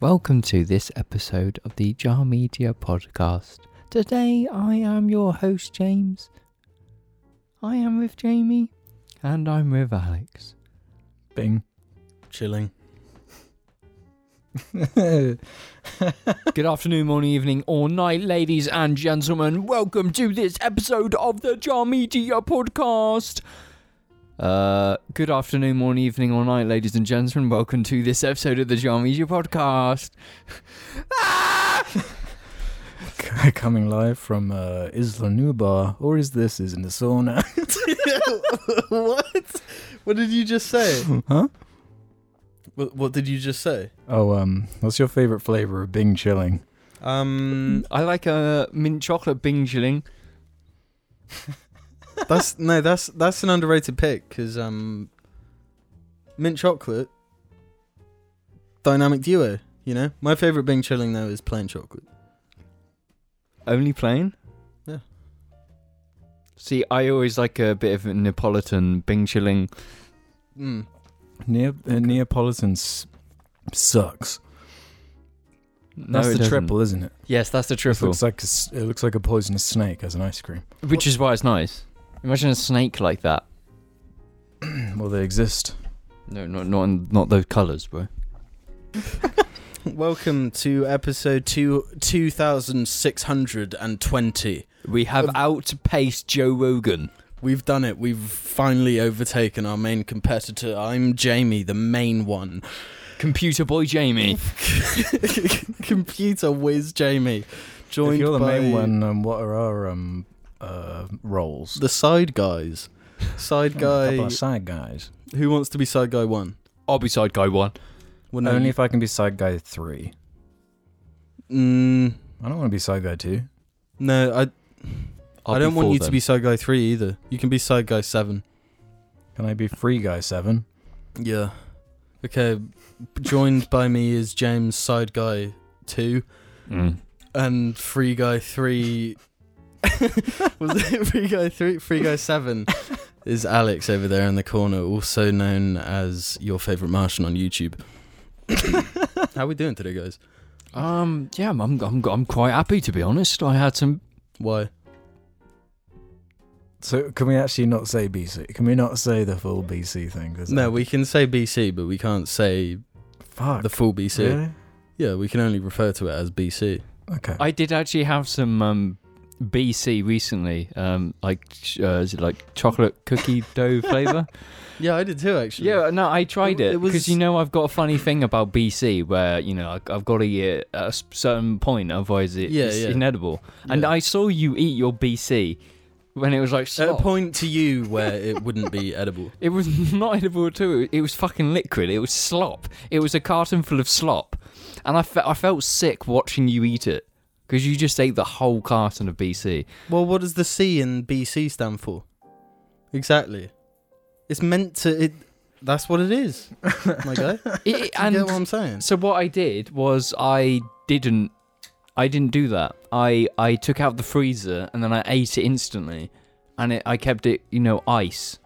Welcome to this episode of the Jar Media Podcast. Today I am your host, James. I am with Jamie. And I'm with Alex. Bing. Chilling. Good afternoon, morning, evening, or night, ladies and gentlemen. Welcome to this episode of the Jar Media Podcast. Uh, good afternoon, morning, evening, or night, ladies and gentlemen. Welcome to this episode of the Jar Media Podcast. Ah! Coming live from uh, Isla Nubar, or is this is in the sauna? what? What did you just say? huh? What, what did you just say? Oh, um, what's your favorite flavor of Bing chilling? Um, I like a uh, mint chocolate bingeling. that's no, that's that's an underrated pick because um, mint chocolate, dynamic duo. You know, my favorite Bing chilling though is plain chocolate. Only plain? Yeah. See, I always like a bit of Neapolitan bingeling. Mm. Neo- uh, Neapolitan s- sucks. No, That's it the doesn't. triple, isn't it? Yes, that's the It triple. looks like a s it looks like a poisonous snake as an ice cream. Which is why it's nice. Imagine a snake like that. well, they exist. No, not not not those colours, bro. Welcome to episode two two thousand six hundred and twenty. We have Um, outpaced Joe Rogan. We've done it. We've finally overtaken our main competitor. I'm Jamie, the main one. Computer boy Jamie. Computer whiz Jamie, joined if you're the by main one, um, what are our um, uh, roles? the side guys. Side Oh, a guy. couple of side guys. who wants to be side guy one? I'll be side guy one. Well, no, Only you- if I can be side guy three. mm, I don't want to be side guy two. no, I I'll I don't be want for you to them. be side guy three either. You can be side guy seven. Can I be free guy seven? Yeah. Okay. Joined by me is James, side guy two, Mm. and free guy three. was it free guy three? Free guy seven is Alex over there in the corner, also known as your favorite Martian on YouTube. How we doing today, guys? Mm. Um, yeah, I'm, I'm I'm quite happy to be honest. I had some. Why? So can we actually not say BC? Can we not say the full BC thing? 'Cause, No, um, we can say BC, but we can't say fuck the full BC. Really? Yeah, we can only refer to it as BC. Okay. I did actually have some um, BC recently. Um, like ch- uh, is it like chocolate cookie dough flavour? Yeah, I did too, actually. Yeah, no, I tried It it was- because you know I've got a funny thing about BC where you know I, I've got to eat it at a s- certain point, otherwise it- Yeah, it's yeah. inedible. And Yeah. I saw you eat your BC when it was like at a soft. point to you where it wouldn't be edible. It was not edible at all. It was fucking liquid. It was slop. It was a carton full of slop, and I, fe- I felt sick watching you eat it because you just ate the whole carton of BC. Well, what does the C in BC stand for? Exactly. It's meant to. It. That's what it is, my guy. You It- and get what I'm saying? So what I did was I didn't I didn't do that. I I took out the freezer and then I ate it instantly, and it, I kept it you know ice.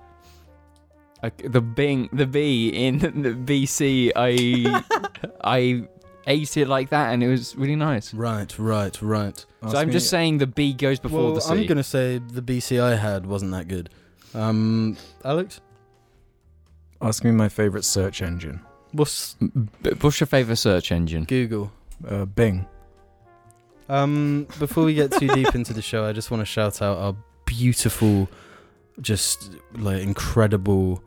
I, the bing the B in the BC I I ate it like that and it was really nice. Right, right, right. So I'm just saying the B goes before well, the C. I'm gonna say the BC I had wasn't that good. Um, Alex, Ask me my favorite search engine. what's B- What's your favorite search engine? Google? Uh, Bing. Um, before we get too deep into the show, I just want to shout out our beautiful, just like incredible,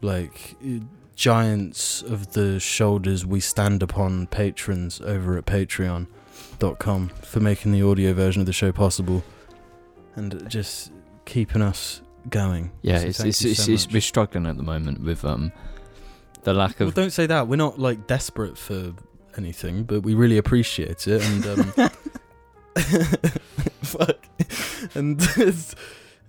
like eh, giants of the shoulders we stand upon patrons over at patreon.com for making the audio version of the show possible and just keeping us going. Yeah, So it's thank it's, you it's, so it's much. we're struggling at the moment with um the lack Well, of don't say that. We're not like desperate for anything, but we really appreciate it. And um, fuck. And as,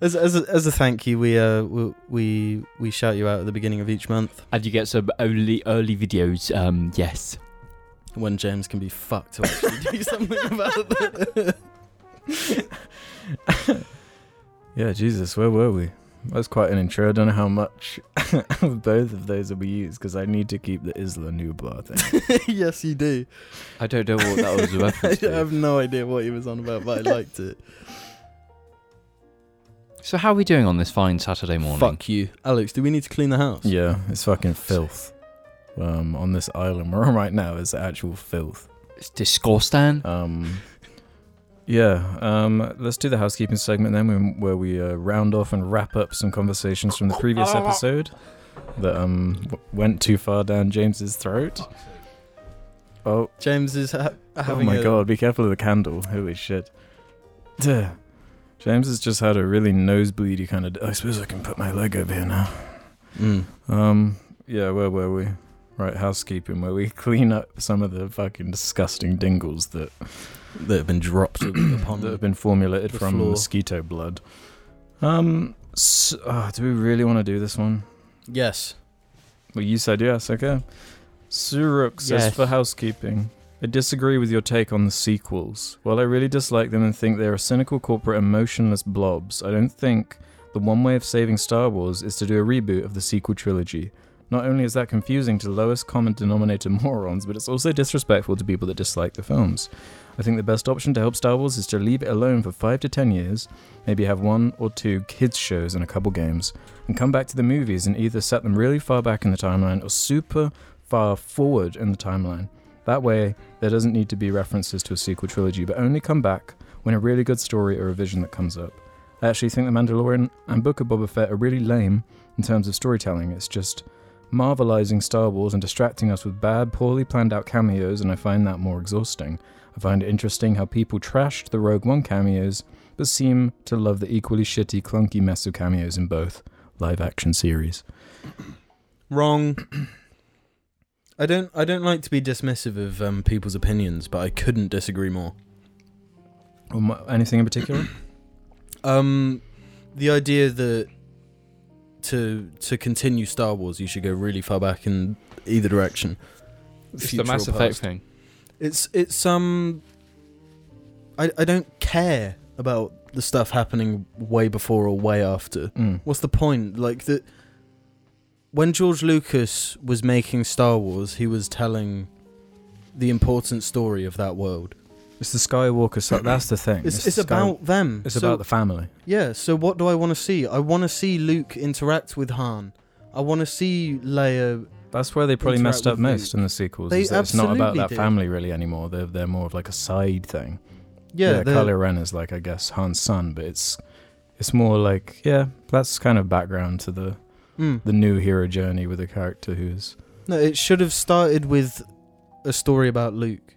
as as a, as a thank you, we uh we- we we shout you out at the beginning of each month and you get some early early videos. Um, yes. when James can be fucked to actually do something about that. Yeah, Jesus, where were we? That's quite an intro. I don't know how much of both of those will be used because I need to keep the Isla Nublar thing. yes, you do. I don't know what that was a reference I to. have no idea what he was on about, but I liked it. So how are we doing on this fine Saturday morning? Fuck you, Alex. Do we need to clean the house? yeah, it's fucking filth. Um, on this island we're on right now is actual filth. It's disgusting. Um, yeah, um, let's do the housekeeping segment then, when- where we uh, round off and wrap up some conversations from the previous episode that um, w- went too far down James's throat. Oh, James is ha- Oh having. my a- god, be careful of the candle. Holy shit. Duh. James has just had a really nosebleedy kind of. I suppose I can put my leg over here now. Mm. Um, yeah, where were we? Right, housekeeping, where we clean up some of the fucking disgusting dingles that, That have been dropped upon that have been formulated the from floor. mosquito blood. Um, s ah, do we really want to do this one? Yes. Well, you said yes, okay. Suruk says Yes. for housekeeping. I disagree with your take on the sequels. While I really dislike them and think they are cynical corporate emotionless blobs, I don't think the one way of saving Star Wars is to do a reboot of the sequel trilogy. Not only is that confusing to lowest common denominator morons, but it's also disrespectful to people that dislike the films. I think the best option to help Star Wars is to leave it alone for 5 to 10 years, maybe have one or two kids shows and a couple games and come back to the movies and either set them really far back in the timeline or super far forward in the timeline. That way, there doesn't need to be references to a sequel trilogy, but only come back when a really good story or a vision that comes up. I actually think The Mandalorian and Book of Boba Fett are really lame in terms of storytelling. It's just marvelizing Star Wars and distracting us with bad, poorly planned out cameos, and I find that more exhausting. I find it interesting how people trashed the Rogue One cameos, but seem to love the equally shitty, clunky mess of cameos in both live action series. Wrong. I don't. I don't like to be dismissive of um, people's opinions, but I couldn't disagree more. Or mu- anything in particular? Um, the idea that to to continue Star Wars, you should go really far back in either direction. It's Future the or Mass Effect past. thing. It's it's um. I I don't care about the stuff happening way before or way after. Mm. What's the point? Like that. When George Lucas was making Star Wars, he was telling the important story of that world. It's the Skywalker saga. That's the thing. It's, it's, the Sky- about them. It's So- about the family. yeah, so what do I want to see? I want to see Luke interact with Han. I want to see Leia. That's where they probably Interact messed up with most Luke. in the sequels. They is that it's not about absolutely that did. family really anymore. They're they're more of like a side thing. Yeah, they're- Kylo Ren is like I guess Han's son, but it's it's more like yeah, that's kind of background to the Mm. the new hero journey with a character who's No, it should have started with a story about Luke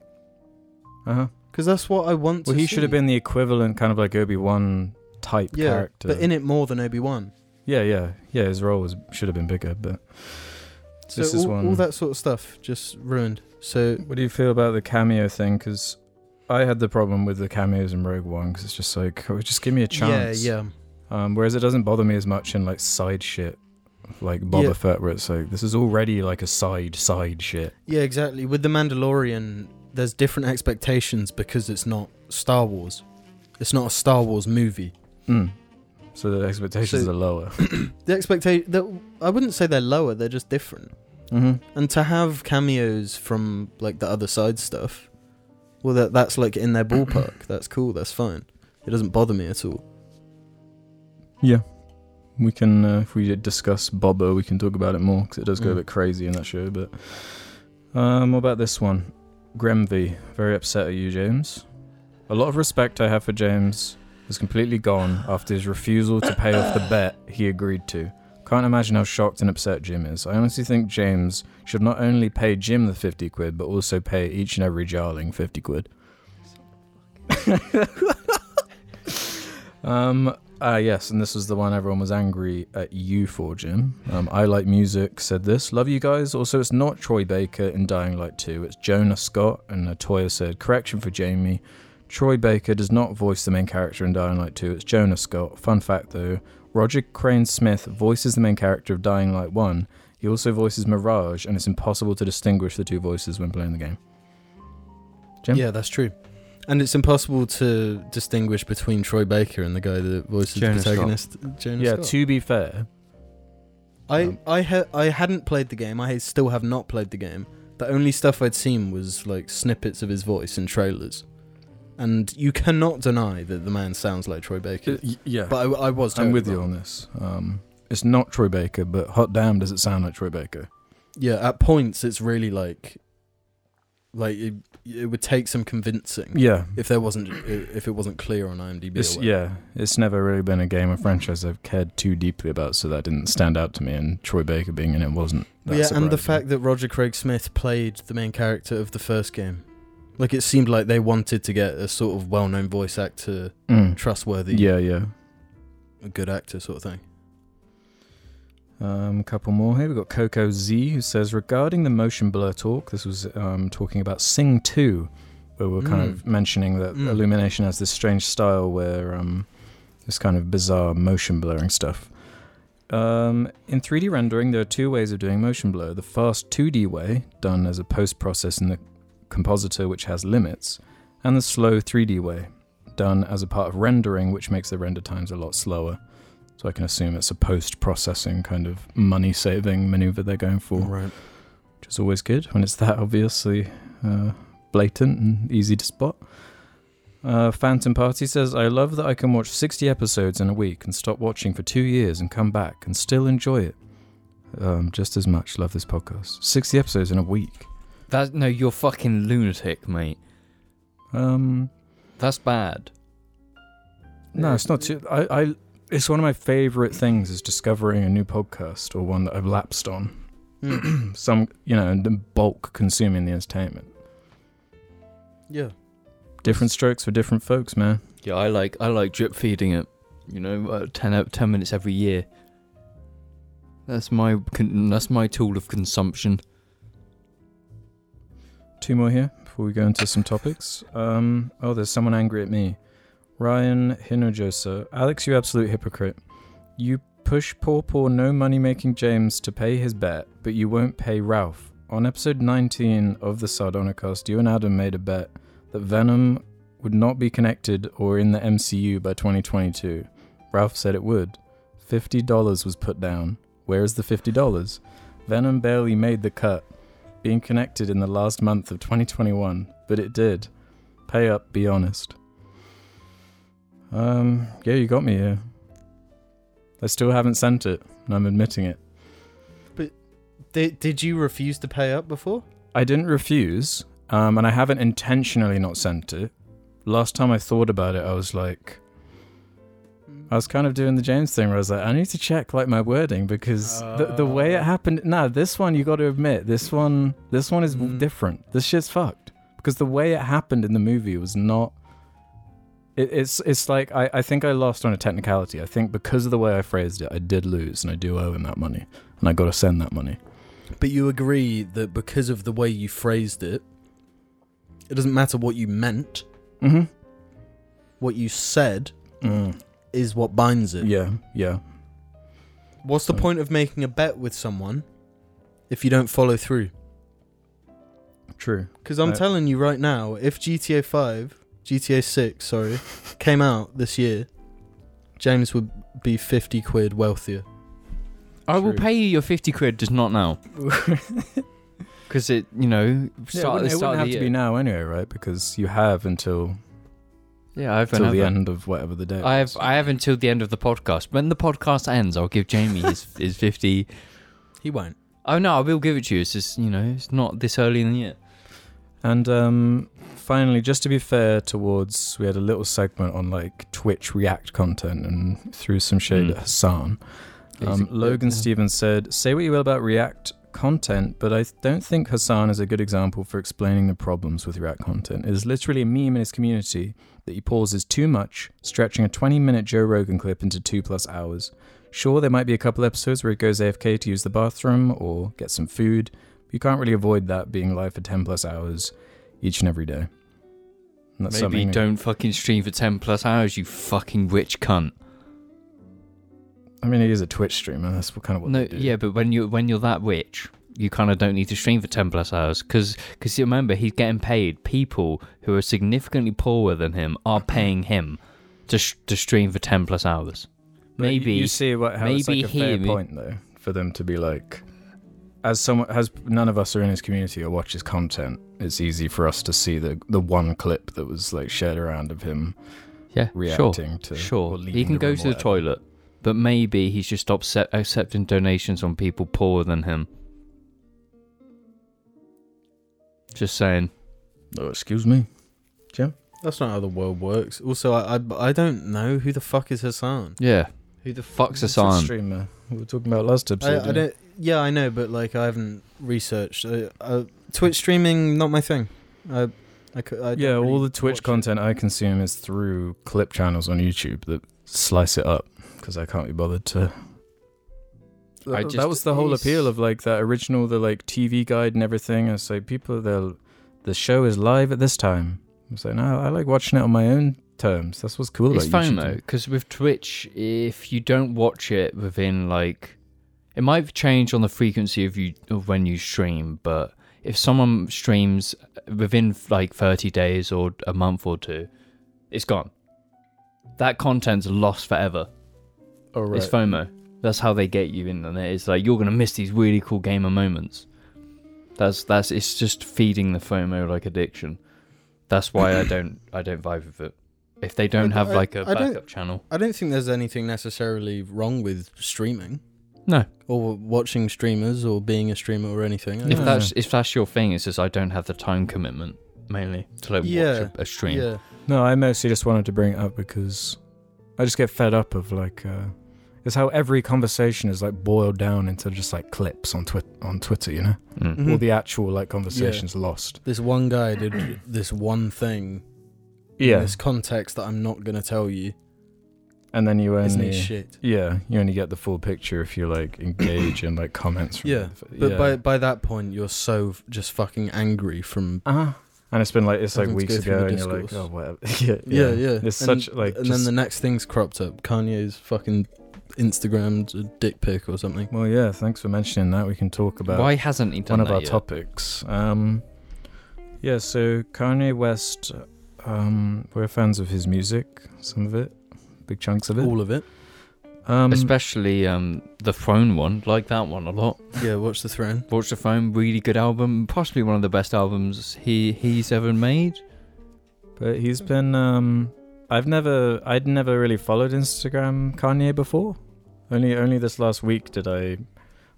uh huh. because that's what I want. Well, to he should have see. been the equivalent kind of like Obi Wan type yeah, character. but in it more than Obi Wan. yeah, yeah, yeah. His role was should have been bigger, but So This all, is one- all that sort of stuff just ruined. So What do you feel about the cameo thing? Because I had the problem with the cameos in Rogue One because it's just like, oh, just give me a chance. yeah, yeah, Um, whereas it doesn't bother me as much in like side shit, like Boba Yeah. Fett, where it's like this is already like a side side shit. yeah, exactly. With the Mandalorian, there's different expectations because it's not Star Wars. It's not a Star Wars movie. Mm. So the expectations So- are lower. The expectation, I wouldn't say they're lower. They're just different. mm-hmm. And to have cameos from like the other side stuff, well, that that's like in their ballpark. that's cool. That's fine. It doesn't bother me at all. We can, uh, if we discuss Boba, we can talk about it more because it does go a Mm. bit crazy in that show. But um, what about this one? Grenvy, very upset at you, James. A lot of respect I have for James was completely gone after his refusal to pay off the bet he agreed to. Can't imagine how shocked and upset Jim is. I honestly think James should not only pay Jim the 50 quid, but also pay each and every jarling 50 quid. um, Ah, yes, and this was the one everyone was angry at you for, Jim. Um, I Like Music said this. Love you guys. Also, it's not Troy Baker in Dying Light 2. It's Jonah Scott, and Natoya said, correction for Jamie. Troy Baker does not voice the main character in Dying Light 2. It's Jonah Scott. Fun fact, though, Roger Crane Smith voices the main character of Dying Light 1. He also voices Mirage, and it's impossible to distinguish the two voices when playing the game. Jim? Yeah, that's true. And it's impossible to distinguish between Troy Baker and the guy that voices Jonas the Scott. protagonist, Jonas yeah, Scott. to be fair, I Um, I ha- I hadn't played the game. I still have not played the game. The only stuff I'd seen was like snippets of his voice in trailers, and you cannot deny that the man sounds like Troy Baker. yeah, But I, I was. Uh, totally I'm with you wrong. on this. Um, it's not Troy Baker, but hot damn, does it sound like Troy Baker? Yeah, at points it's really like, like it, it would take some convincing Yeah, if there wasn't if it wasn't clear on IMDb. or It's, whatever. yeah, it's never really been a game or franchise I've cared too deeply about, so that didn't stand out to me. And Troy Baker being in it wasn't. That yeah, and the surprising. fact that Roger Craig Smith played the main character of the first game, like it seemed like they wanted to get a sort of well-known voice actor, Mm. trustworthy, Yeah, yeah. a good actor sort of thing. Um, a couple more here. We've got Coco Z who says regarding the motion blur talk, this was um, talking about Sing 2, where we are kind Mm. of mentioning that Mm. Illumination has this strange style where um, this kind of bizarre motion blurring stuff. Um, in 3D rendering, there are two ways of doing motion blur. The fast 2D way, done as a post process in the compositor, which has limits, and the slow 3D way, done as a part of rendering, which makes the render times a lot slower. So I can assume it's a post processing kind of money saving maneuver they're going for, Right. which is always good when it's that obviously uh, blatant and easy to spot. Uh, Phantom Party says, I love that I can watch 60 episodes in a week and stop watching for two years and come back and still enjoy it. Um, just as much love this podcast. 60 episodes in a week. That no, you're fucking lunatic, mate. Um, That's bad. No, it's not too. I, I, it's one of my favorite things is discovering a new podcast or one that I've lapsed on. Mm. Some, you know, and then bulk consuming the entertainment. yeah. Different strokes for different folks, man. Yeah, I like I like drip feeding it. You know, uh, ten out ten minutes every year. That's my con- that's my tool of consumption. Two more here before we go into some topics. Um, oh, there's someone angry at me. Ryan Hinojosa. Alex, you absolute hypocrite. You push poor, poor, no money making James to pay his bet, but you won't pay Ralph. On episode 19 of the Sardonicast, you and Adam made a bet that Venom would not be connected or in the MCU by 2022. Ralph said it would. $50 was put down. Where is the $50? Venom barely made the cut being connected in the last month of 2021, but it did. Pay up, be honest. Um, yeah, you got me here. I still haven't sent it, and I'm admitting it. Did Did you refuse to pay up before? I didn't refuse, um, and I haven't intentionally not sent it. Last time I thought about it, I was like, I was kind of doing the James thing where I was like, I need to check like my wording because the, the way it Uh. happened. Nah, this one you got to admit, this one, this one is w- Mm. different. This shit's fucked because the way it happened in the movie was not. It, it's it's like I, I think I lost on a technicality. I think because of the way I phrased it, I did lose, and I do owe him that money, and I got to send that money. But you agree that because of the way you phrased it, it doesn't matter what you meant. Mm-hmm. What you said Mm. is what binds it. Yeah, yeah. What's the So- point of making a bet with someone if you don't follow through? True. Because I'm Uh, telling you right now, if GTA 5, GTA 6, sorry, came out this year, James would be 50 quid wealthier. I will True. pay you your fifty quid, just not now, because it you know Yeah, it start at the wouldn't, it start wouldn't of have the to year. be now anyway, right? Because you have until yeah, I've till the end of whatever the day. I have was. I have until the end of the podcast. When the podcast ends, I'll give Jamie his his fifty. He won't. Oh no, I will give it to you. It's just you know, it's not this early in the year. And um, finally, just to be fair towards, we had a little segment on like Twitch React content and threw some shade Mm. at Hassan. Um, Logan Stevens said, "Say what you will about React content, but I don't think Hassan is a good example for explaining the problems with React content. It is literally a meme in his community that he pauses too much, stretching a 20-minute Joe Rogan clip into two plus hours. Sure, there might be a couple episodes where he goes AFK to use the bathroom or get some food. But you can't really avoid that being live for 10 plus hours each and every day. And that's Maybe something- don't fucking stream for ten plus hours, you fucking rich cunt. I mean, he is a Twitch streamer. That's what kind of what no, they do. yeah, but when you when you're that rich, you kind of don't need to stream for 10 plus hours because you remember he's getting paid people who are significantly poorer than him are paying him to, sh- to stream for 10 plus hours But you- maybe you, see what how it's maybe like a fair him- point though for them to be like, as someone as none of us are in his community or watch his content, it's easy for us to see the the one clip that was like shared around of him yeah sure reacting to sure or he leaving can go room or to the whatever. toilet but maybe he's just stopped se- accepting donations on people poorer than him just saying Oh, excuse me. That's not how the world works. Also, I, I I don't know who the fuck is Hassan. yeah Who the fuck's It's a Hassan streamer. We were talking about last episode. I, I don't. Yeah, I know, but like I haven't researched. Uh, uh, Twitch streaming, not my thing. I, I, cou- I don't yeah, all really the Twitch watch it. content I consume is through clip channels on YouTube that slice it up because I can't be bothered to. I Th- that just- was the whole it's- appeal of like that original, the like TV guide and everything. I was like, people, the the show is live at this time. I was like, no, I like watching it on my own terms. That's what's cool. It's about fine YouTube. though, because with Twitch, if you don't watch it within like, it might change on the frequency of you of when you stream. But if someone streams within like thirty days or a month or two, it's gone. That content's lost forever. Oh, right. It's FOMO. That's how they get you in, and it's like you're gonna miss these really cool gamer moments. That's that's it's just feeding the FOMO like addiction. That's why I don't I don't vibe with it. If they don't I- have I- like a I don't- backup channel. I don't think there's anything necessarily wrong with streaming No, or watching streamers or being a streamer or anything. I if don't- that's if that's your thing, it's just I don't have the time commitment mainly to like Yeah, watch a, a stream. yeah, No, I mostly just wanted to bring it up because I just get fed up of like uh, it's how every conversation is like boiled down into just like clips on Twitter on Twitter, you know? Mm. All the actual like conversations lost. this one guy did this one thing. In this context that I'm not gonna tell you. And then you Isn't only it shit? Yeah, you only get the full picture if you like engage and like comments from Yeah, But by by that point, you're so f- just fucking angry from uh and it's been like it's like Having to weeks go uh-huh. through ago the and you're like, discourse. oh whatever. yeah, yeah, yeah. It's And- such like and just- then the next thing's cropped up. Kanye's fucking Instagrammed a dick pic or something. Well yeah, thanks for mentioning that. We can talk about Why hasn't he done one of that our yet? topics. Um, yeah, so Kanye West, um, we're fans of his music, some of it, big chunks of it. All of it. Um, Especially um, the throne one, like that one a lot. Yeah, watch the throne. Watch the throne, really good album, possibly one of the best albums he he's ever made. but he's been. Um, I've never, I'd never really followed Instagram Kanye before. Only, only this last week did I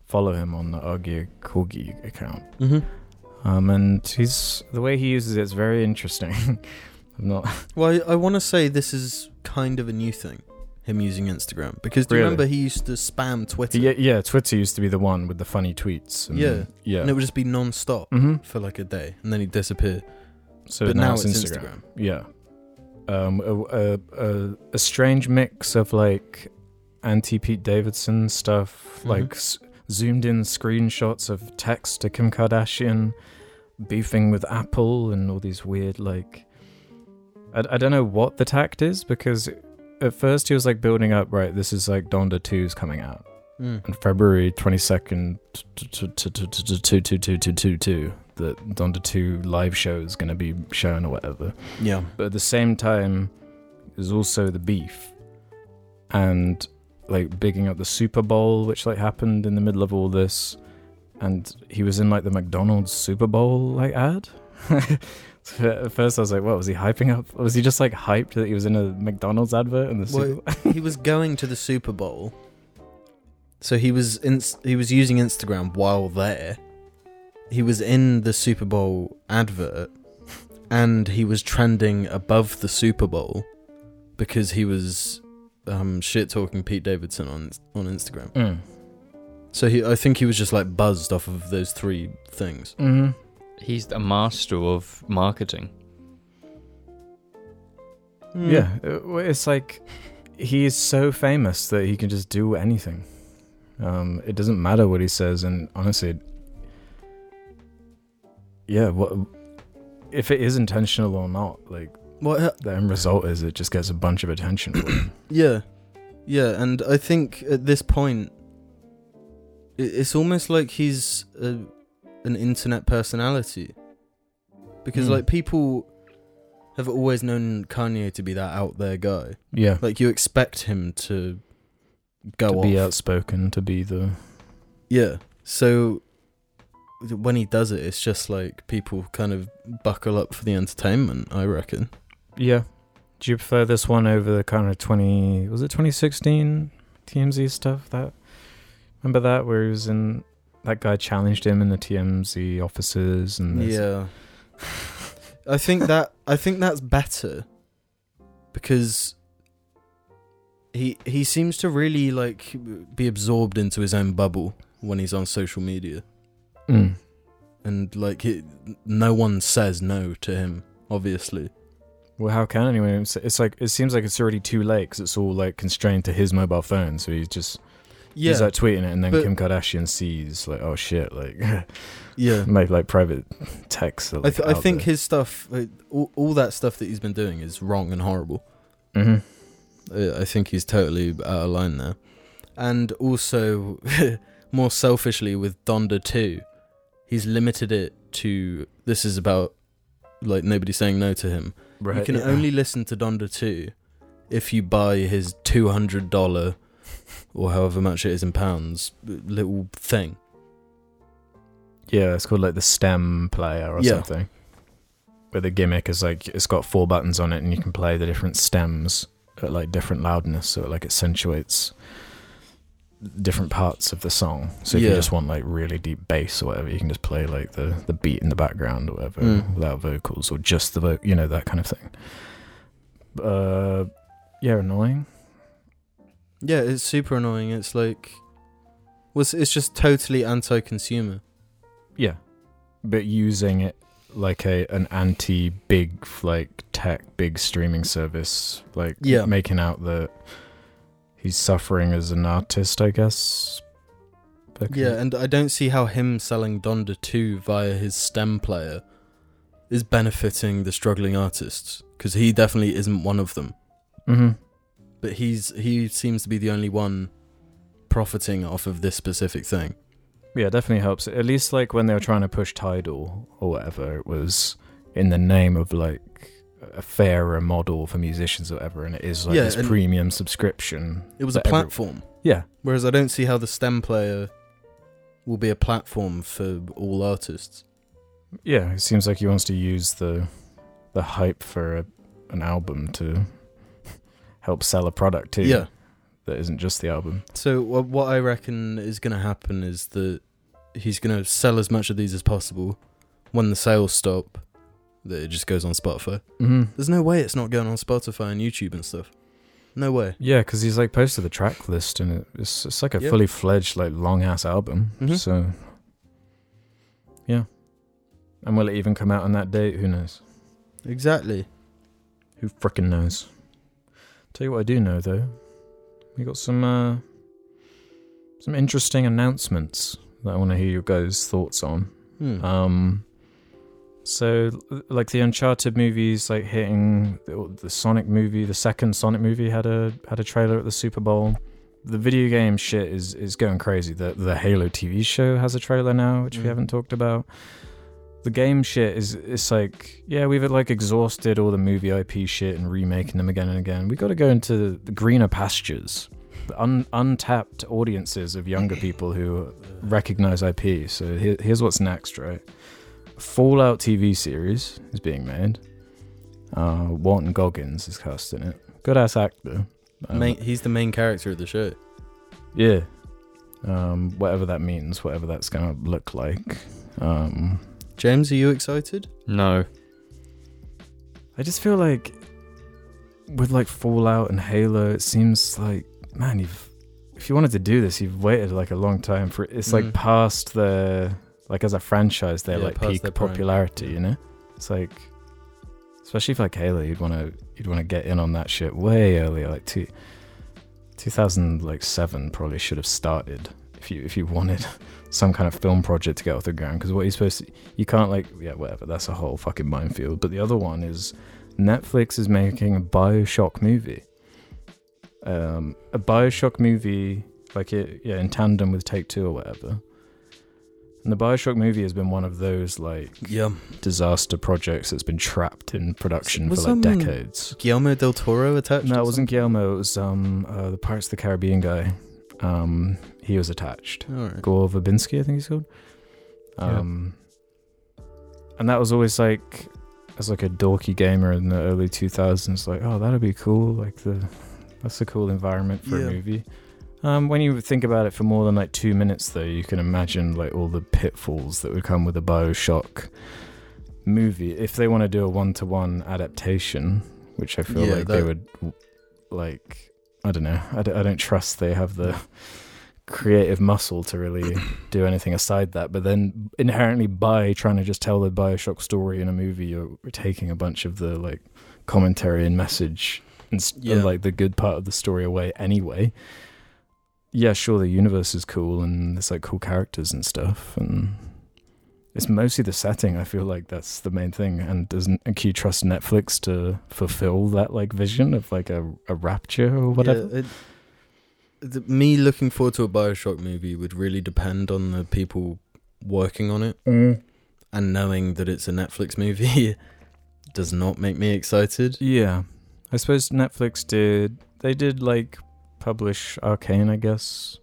follow him on the Augie Corgi account. Mm-hmm. Um, and he's the way he uses it's very interesting. I'm not. Well, I, I want to say this is kind of a new thing, him using Instagram. Because do you Really? remember he used to spam Twitter? Yeah, yeah. Twitter used to be the one with the funny tweets. And, Yeah. yeah. And it would just be non stop mm-hmm. for like a day and then he'd disappear. So but now, it's, Instagram. Yeah. Um, a, a, a, a strange mix of like anti Pete Davidson stuff, Mhm. like s- zoomed in screenshots of text to Kim Kardashian, beefing with Apple, and all these weird, like. I, I don't know what the tact is because at first he was like building up, right, this is like Donda 2's coming out Mm. on February 22nd, t- t- t- t- t- t- two- two- two- two- two, that Donda 2 live show is going to be shown or whatever. Yeah. But at the same time, there's also the beef and like bigging up the Super Bowl, which like happened in the middle of all this. And he was in like the McDonald's Super Bowl like ad. so at first, I was like, what was he hyping up? Was he just like hyped that he was in a McDonald's advert? And the Well, Super Bowl? he was going to the Super Bowl. So he was in, he was using Instagram while there. He was in the Super Bowl advert and he was trending above the Super Bowl because he was um, shit talking Pete Davidson on on Instagram. Mm. So he I think he was just like buzzed off of those three things. Mm-hmm. He's a master of marketing. Yeah, uh, well, it's like he is so famous that he can just do anything. Um, it doesn't matter what he says, and honestly, yeah, what if it is intentional or not? Like Well, uh, the end result is it just gets a bunch of attention. For him. yeah. Yeah, and I think at this point It- It's almost like he's a, an internet personality, because Hmm. like people have always known Kanye to be that out there guy. Yeah. Like you expect him to go to off. be outspoken, to be the Yeah. So th- when he does it, it's just like people kind of buckle up for the entertainment. I reckon. Yeah. Do you prefer this one over the kind of 20 was it 2016 TMZ stuff that Remember that where he was in that guy challenged him in the TMZ offices and this- Yeah. I think that I think that's better because he he seems to really like be absorbed into his own bubble when he's on social media Mm. and like he, no one says no to him obviously Well, how can anyone? It's, it's like it seems like it's already too late because it's all like constrained to his mobile phone. So he's just yeah he's like tweeting it, and then but- Kim Kardashian sees like oh shit, like yeah make like private texts. I, th- I think his stuff like, all, all that stuff that he's been doing is wrong and horrible hmm Uh, I think he's totally out of line there. And also, more selfishly, with Donda 2, he's limited it to this is about like nobody saying no to him. you can only listen to Donda 2 if you buy his $200 or however much it is in pounds little thing. Yeah, it's called like the stem player or Yeah. something. Where the gimmick is like it's got four buttons on it and you can play the different stems at like different loudness, so it like accentuates different parts of the song. So if you Yeah. just want like really deep bass or whatever, you can just play like the, the beat in the background or whatever Mm. without vocals or just the vocal, you know, that kind of thing. Uh yeah, annoying. Yeah, it's super annoying. It's like was it's just totally anti-consumer. Yeah. But using it like a an anti big like tech big streaming service, like Yeah. making out that he's suffering as an artist, I guess. Okay. Yeah, and I don't see how him selling Donda 2 via his stem player is benefiting the struggling artists because he definitely isn't one of them. Mhm. But he's he seems to be the only one profiting off of this specific thing. Yeah, it definitely helps. At least like when they were trying to push Tidal or whatever, it was in the name of like a fairer model for musicians or whatever, and it is like Yeah, this and- premium subscription. It was that a every- platform. yeah, Whereas I don't see how the stem player will be a platform for all artists. yeah, it seems like he wants to use the the hype for a, an album to help sell a product too. Yeah. that isn't just the album. So wha- what I reckon is going to happen is that he's going to sell as much of these as possible. When the sales stop, that it just goes on Spotify. Mm-hmm. There's no way it's not going on Spotify and YouTube and stuff. No way. Yeah, because he's like posted the track list, and it, it's it's like a Yep. fully fledged like long ass album. Mhm. So yeah, and will it even come out on that date? Who knows? Exactly. Who frickin' knows? Tell you what I do know though, we got some uh, some interesting announcements that I want to hear your guys' thoughts on. Hmm. Um, so l- like the Uncharted movies, like hitting the, the Sonic movie, the second Sonic movie had a had a trailer at the Super Bowl. The video game shit is is going crazy. The the Halo TV show has a trailer now, which Mm. we haven't talked about. The game shit is it's like yeah we've like exhausted all the movie IP shit and remaking them again and again. We got to go into the greener pastures, the un, untapped audiences of younger people who recognize IP. So here, here's what's next, right? Fallout TV series is being made. Uh, Walton Goggins is cast in it. Good ass actor. Um, main, he's the main character of the show. Yeah. Um, whatever that means, whatever that's gonna look like. Um, James, are you excited? No. I just feel like with like Fallout and Halo, it seems like man, you've if you wanted to do this, you've waited like a long time for it. It's like Mm. past the like as a franchise, they're Yeah, like past peak their prime. popularity, you Yeah. know. It's like especially for like Halo, you'd want to you'd want to get in on that shit way earlier, like two. 2007 probably should have started if you if you wanted some kind of film project to get off the ground because what you're supposed to you can't like yeah whatever that's a whole fucking minefield but the other one is netflix is making a bioshock movie um a bioshock movie like it, yeah, in tandem with Take Two or whatever. And the Bioshock movie has been one of those like Yeah. disaster projects that's been trapped in production Was, for like um, decades. Guillermo del Toro attached? No, or it wasn't Guillermo. It was um uh, the Pirates of the Caribbean guy. Um, he was attached. something? Alright. Gore Verbinski, I think he's called. Yeah. Um, and that was always like, as like a dorky gamer in the early two thousands, like, oh, that'd be cool. Like the, that's a cool environment for Yeah. a movie. Um, when you think about it for more than like two minutes, though, you can imagine like all the pitfalls that would come with a Bioshock movie if they want to do a one-to-one adaptation, which I feel Yeah, like they that- would like I don't know. I, d- I don't trust they have the creative muscle to really do anything aside that. But then inherently, by trying to just tell the Bioshock story in a movie, you're taking a bunch of the like commentary and message and, s- and, Yeah. like the good part of the story away anyway. Yeah, sure, the universe is cool and there's like cool characters and stuff and. It's mostly the setting. I feel like that's the main thing. And doesn't and can you trust Netflix to fulfill that like vision of like a, a rapture or whatever? Yeah, it, the, me looking forward to a Bioshock movie would really depend on the people working on it, Mm. and knowing that it's a Netflix movie does not make me excited. Yeah. I suppose Netflix did. They did like publish Arcane, I guess.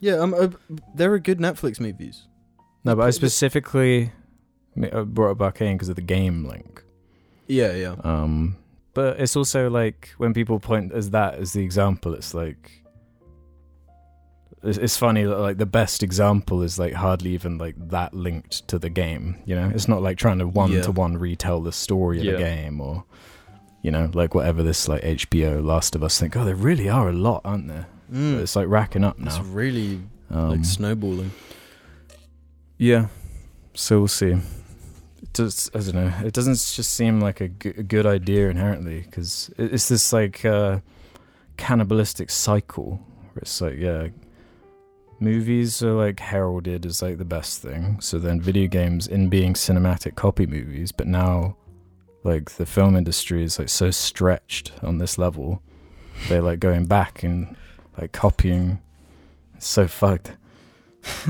Yeah, um, uh, there are good Netflix movies. No, but I They- specifically ma- I brought up Arcane because of the game link. Yeah, yeah, Um, but it's also like when people point as that as the example, it's like it's, it's funny that like the best example is like hardly even like that linked to the game. You know, it's not like trying to one to one retell the story of Yeah. the game or you know like whatever this like HBO Last of Us think. Oh, there really are a lot, aren't there? Mm, It's like racking up it's now. really Um, like snowballing. yeah. So we'll see. It does, I don't know. It doesn't just seem like a g- a good idea inherently because it's this like uh, cannibalistic cycle where it's like, yeah, movies are like heralded as like the best thing. So then video games in being cinematic copy movies, but now like the film industry is like so stretched on this level. They're like going back and like copying. It's so fucked.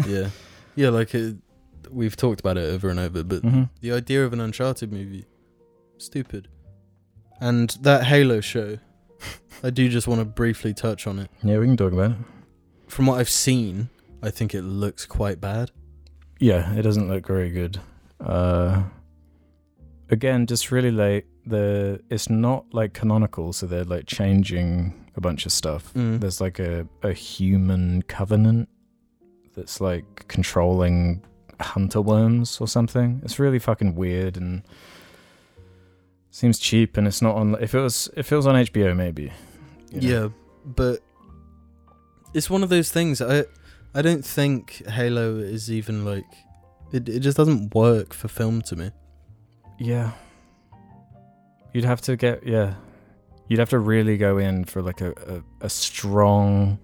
yeah, yeah, like it, we've talked about it over and over, but Mm-hmm. the idea of an Uncharted movie, stupid, and that Halo show. I do just want to briefly touch on it. Yeah, we can talk about it. From what I've seen, I think it looks quite bad. yeah, it doesn't look very good. Uh, again, just really late. The it's not like canonical, so they're like changing a bunch of stuff. There's like a a human covenant that's like controlling hunter worms or something. It's really fucking weird and seems cheap. And it's not on. If it was, if it was on HBO, maybe. you know. Yeah, but it's one of those things. I I don't think Halo is even like it. It just doesn't work for film to me. Yeah. You'd have to get yeah. You'd have to really go in for like a, a, a strong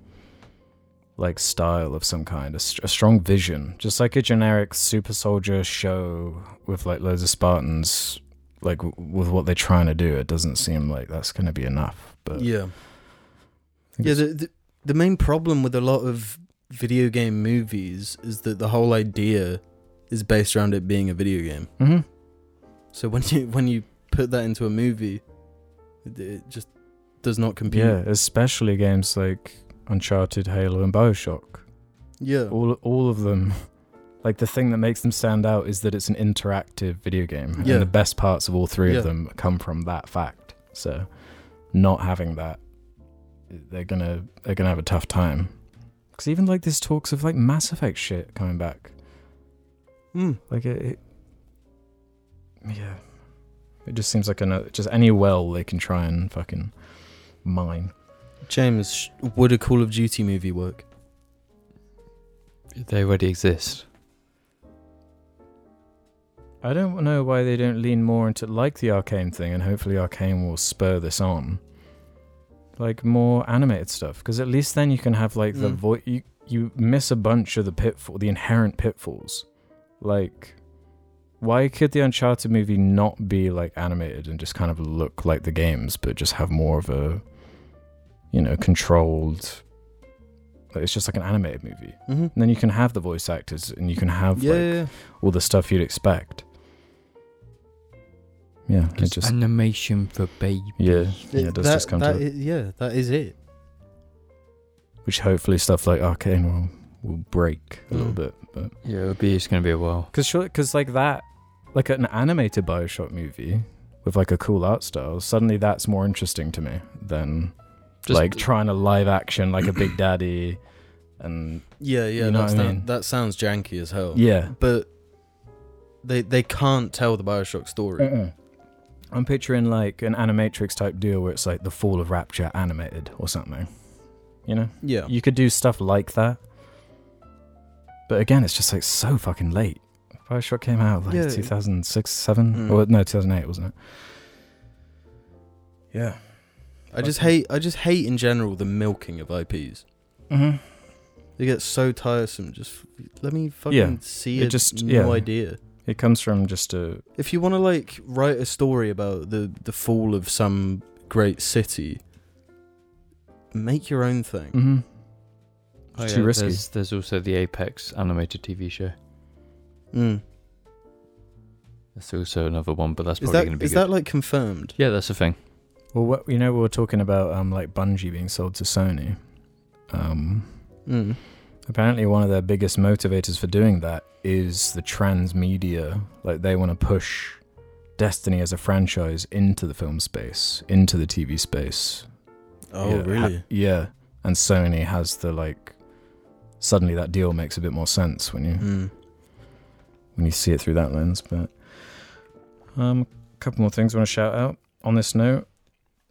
like style of some kind, a, st- a strong vision, just like a generic super soldier show with like loads of Spartans, like w- with what they're trying to do. It doesn't seem like that's going to be enough. But yeah, I think yeah. The, it's- the the main problem with a lot of video game movies is that the whole idea is based around it being a video game. Mhm. So when you when you put that into a movie, it, it just does not compute. yeah, especially games like Uncharted, Halo, and Bioshock. yeah. all all of them like the thing that makes them stand out is that it's an interactive video game Yeah. and the best parts of all three Yeah. of them come from that fact so not having that they're gonna they're gonna have a tough time because even like this talks of like mass effect shit coming back Mm. like it, it yeah it just seems like another just any well they can try and fucking mine James, sh- would a Call of Duty movie work? They already exist. I don't know why they don't lean more into like the arcane thing, and hopefully arcane will spur this on. Like more animated stuff, because at least then you can have like the Mm. voice. You you miss a bunch of the pitfall, the inherent pitfalls. Like, why could the Uncharted movie not be like animated and just kind of look like the games, but just have more of a, you know, controlled Like, it's just like an animated movie. Mm-hmm. And then you can have the voice actors and you can have Yeah, like, yeah, yeah. all the stuff you'd expect. Yeah, it Just, just animation for baby. yeah, yeah, it does That- just come that to it. i- yeah, that is it. Which hopefully stuff like Arcane will will break a little Mm. bit, but Yeah, it'll be, it's going to be a while. because because like that, like an animated Bioshock movie with like a cool art style, suddenly that's more interesting to me than Just like trying to live action like a Big Daddy, and Yeah, yeah. You know that's what I that- mean? that sounds janky as hell. yeah, but they they can't tell the Bioshock story. Uh-uh. I'm picturing like an animatrix type deal where it's like the fall of Rapture animated or something. You know, Yeah, you could do stuff like that. But again, it's just like so fucking late. Bioshock came out like Yeah. 2006, seven, Mm. or no, 2008, wasn't it? Yeah. I just Okay. hate I just hate in general the milking of IPs. Mm-hmm. It gets so tiresome. Just let me fucking Yeah, see it it. just- just yeah. no idea. It comes from just a If you want to like write a story about the the fall of some great city, make your own thing. mm-hmm. Oh, It's yeah, too risky. There's, there's also the Apex animated TV show. Mm. That's also another one, but that's Is probably that going to be is good. that like confirmed? yeah, that's a thing. Well, what, you know, we were talking about um like Bungie being sold to Sony. Um, Mm. Apparently, one of their biggest motivators for doing that is the transmedia. Like, they want to push Destiny as a franchise into the film space, into the TV space. Oh yeah, ha- really? yeah. And Sony has the, like, suddenly that deal makes a bit more sense when you Mm. when you see it through that lens. But um, a couple more things I want to shout out on this note.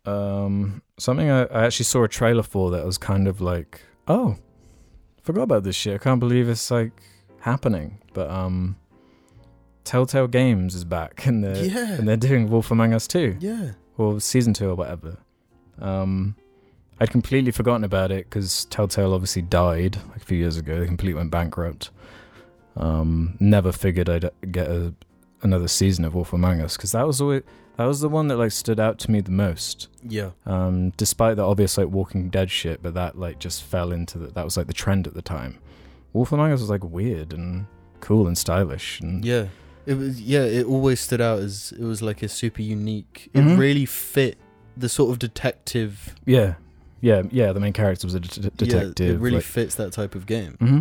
Um, something I, I actually saw a trailer for that was kind of like, oh, forgot about this shit. I can't believe it's like happening. But um, Telltale Games is back and they're Yeah. Uh, and they're doing Wolf Among Us too yeah. or season two or whatever. Um, I'd completely forgotten about it because Telltale obviously died like a few years ago. They completely went bankrupt. Um, never figured I'd get a, another season of Wolf Among Us because that was always, that was the one that like stood out to me the most. Yeah. Um, despite the obvious like Walking Dead shit, but that like just fell into the, that was like the trend at the time. Wolf Among Us was like weird and cool and stylish and Yeah. It was yeah, it always stood out as it was like a super unique. Mhm. It really fit the sort of detective yeah, yeah, yeah. The main character was a det- det- yeah, detective. it really like- fits that type of game. Mm-hmm.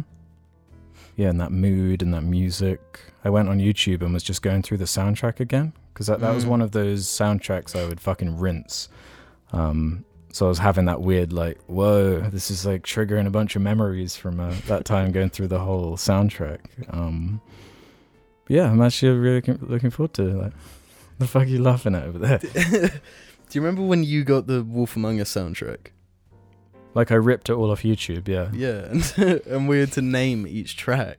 Yeah, and that mood and that music. I went on YouTube and was just going through the soundtrack again because that, that was Mm. one of those soundtracks I would fucking rinse. Um, so I was having that weird like, whoa, this is like triggering a bunch of memories from uh, that time going through the whole soundtrack. Um, yeah, I'm actually really looking, looking forward to that. The fuck are you laughing at over there? Do you remember when you got the Wolf Among Us soundtrack? Like I ripped it all off YouTube. Yeah. Yeah, and, and we had to name each track.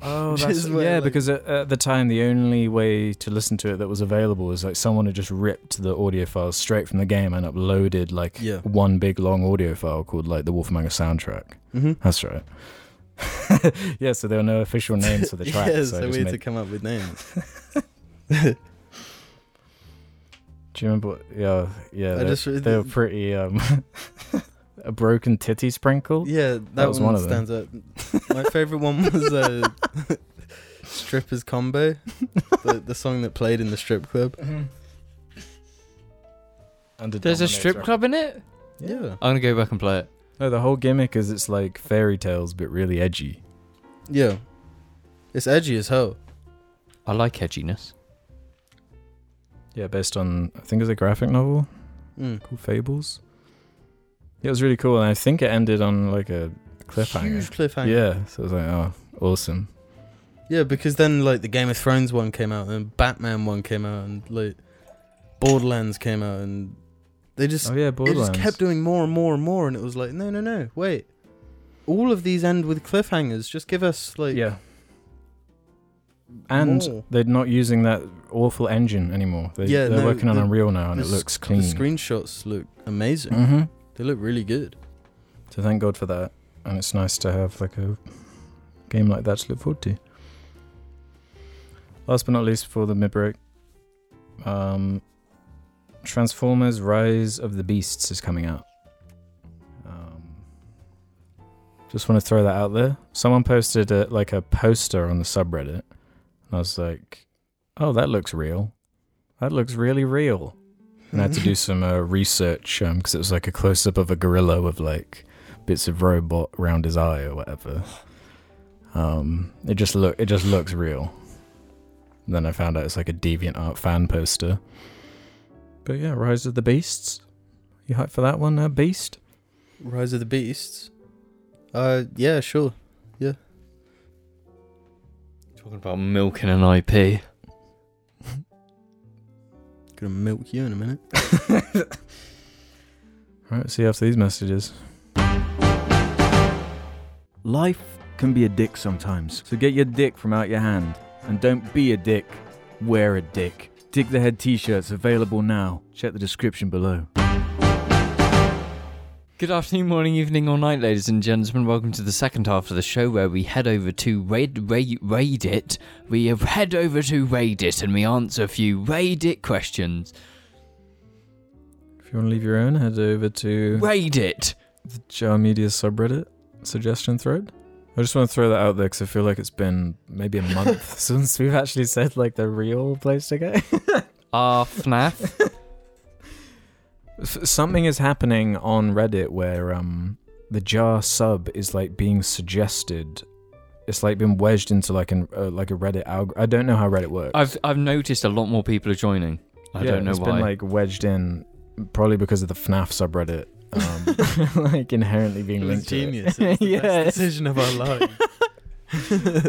Oh, Which that's, is where, yeah, like- because at, at the time, the only way to listen to it that was available was like someone had just ripped the audio files straight from the game and uploaded like Yeah. one big long audio file called like the Wolf Among Us soundtrack. Mm-hmm. That's right. yeah, so there were no official names for the tracks. yeah, so so I just we had made- to come up with names. Do you remember? What, yeah, yeah. I they- just they were pretty. Um, a broken titty sprinkle. yeah, that, That was one, one of them. stands out. My favorite one was uh, "Strippers Combo," the, the song that played in the strip club. Under There's a Dominator. strip club in it? Yeah, I'm going to go back and play it. No, the whole gimmick is it's like fairy tales but really edgy. yeah, it's edgy as hell. I like edginess. Yeah, based on I think it's a graphic novel. Mm. called Fables. Yeah, it was really cool, and I think it ended on like a cliffhanger. Huge cliffhanger. Yeah, so I was like, oh, awesome. Yeah, because then like the Game of Thrones one came out, and Batman one came out, and like Borderlands came out, and they just Oh yeah, it Borderlands. just kept doing more and more and more, and it was like, no, no, no, wait, all of these end with cliffhangers. Just give us like yeah, and more. they're not using that awful engine anymore. They, Yeah, they're no, working on the- Unreal now, and the it s- looks the clean. screenshots look amazing. hmm They look really good. So thank God for that, and it's nice to have like a game like that to look forward to. Last but not least, for the mid break, um, Transformers: Rise of the Beasts is coming out. Um, Just want to throw that out there. Someone posted a, like a poster on the subreddit, and I was like, "Oh, that looks real. That looks really real." And I had to do some uh, research because it was like a close up of a gorilla with like bits of robot around his eye or whatever. Um, it just look it just looks real. And then I found out it's like a deviant art fan poster. But yeah, Rise of the Beasts. You hype for that one, uh, Beast? Rise of the Beasts. Uh, yeah, sure. Talking about milking an IP. Gonna milk you in a minute. All right, see you after these messages. Life can be a dick sometimes, so get your dick from out your hand. And don't be a dick, wear a dick. Dick the Head t shirts available now. Check the description below. Good afternoon, morning, evening, or night, ladies and gentlemen. Welcome to the second half of the show where we head over to Raid, Raid, Reddit. We have head over to Reddit and we answer a few Reddit questions. If you want to leave your own, head over to Reddit. the Jar Media subreddit suggestion thread. I just want to throw that out there because I feel like it's been maybe a month since we've actually said like the real place to go. Ah, FNAF. F- Something is happening on Reddit where um the jar sub is like being suggested. It's like been wedged into like an uh, like a Reddit alg. I don't know how Reddit works. I've I've noticed a lot more people are joining. I Yeah, don't know it's why. been like wedged in, probably because of the FNAF subreddit, um, like inherently being It was linked genius. to It was it. the yeah, best decision of our lives.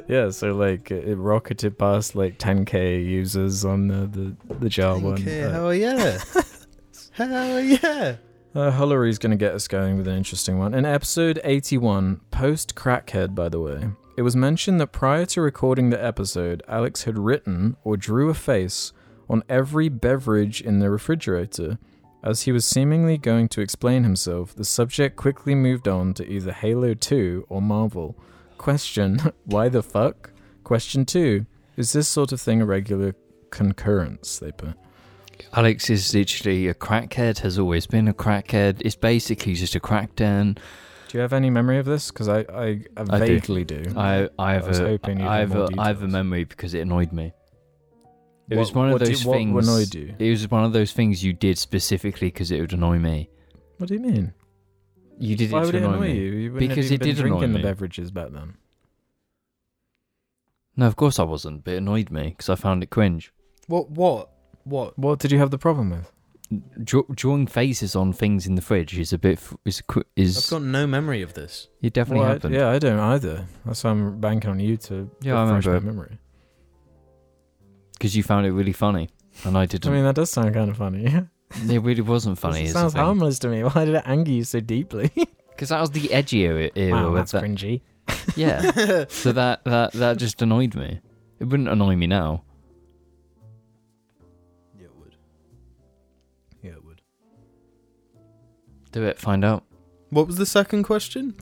yeah, so like it rocketed past like 10k users on the the, the jar one. Okay, Uh, hell yeah. hell yeah. Uh, Hullery's going to get us going with an interesting one. In episode 81, post crackhead, by the way, it was mentioned that prior to recording the episode, Alex had written or drew a face on every beverage in the refrigerator. As he was seemingly going to explain himself, the subject quickly moved on to either Halo 2 or Marvel. Question Why the fuck? Question 2 Is this sort of thing a regular concurrence? They put. Alex is literally a crackhead. Has always been a crackhead. It's basically just a crackdown. Do you have any memory of this? Because I, I, I I do. vaguely do. I I Mm-hmm. I have was a hoping you'd I have have a more I have a details. memory because it annoyed me. It was one of do- those what things. annoyed you? It was one of those things you did specifically because it would annoy me. What do you mean? You did Why it would to it annoy, annoy me. you? you wouldn't have Because even it been did annoy drinking me. the beverages back then. No, of course I wasn't, but it annoyed me because I found it cringe. What? What? What? What did you have the problem with? Draw, drawing faces on things in the fridge is a bit f- is qu- I've is got no memory of this. it definitely Well, I- happened. yeah, I don't either. That's why I'm banking on you to Yeah, I refresh my remember. memory. because you found it really funny, and I I didn't. mean, that does sound kind of funny. it really wasn't funny. it is the sounds thing. harmless to me. Why did it anger you so deeply? Because that was the edgier e- era. wow, with that's that. cringy. Yeah. so that, that that just annoyed me. It wouldn't annoy me now. Yeah, it would. Yeah, it would. Do it. Find out. What was the second question?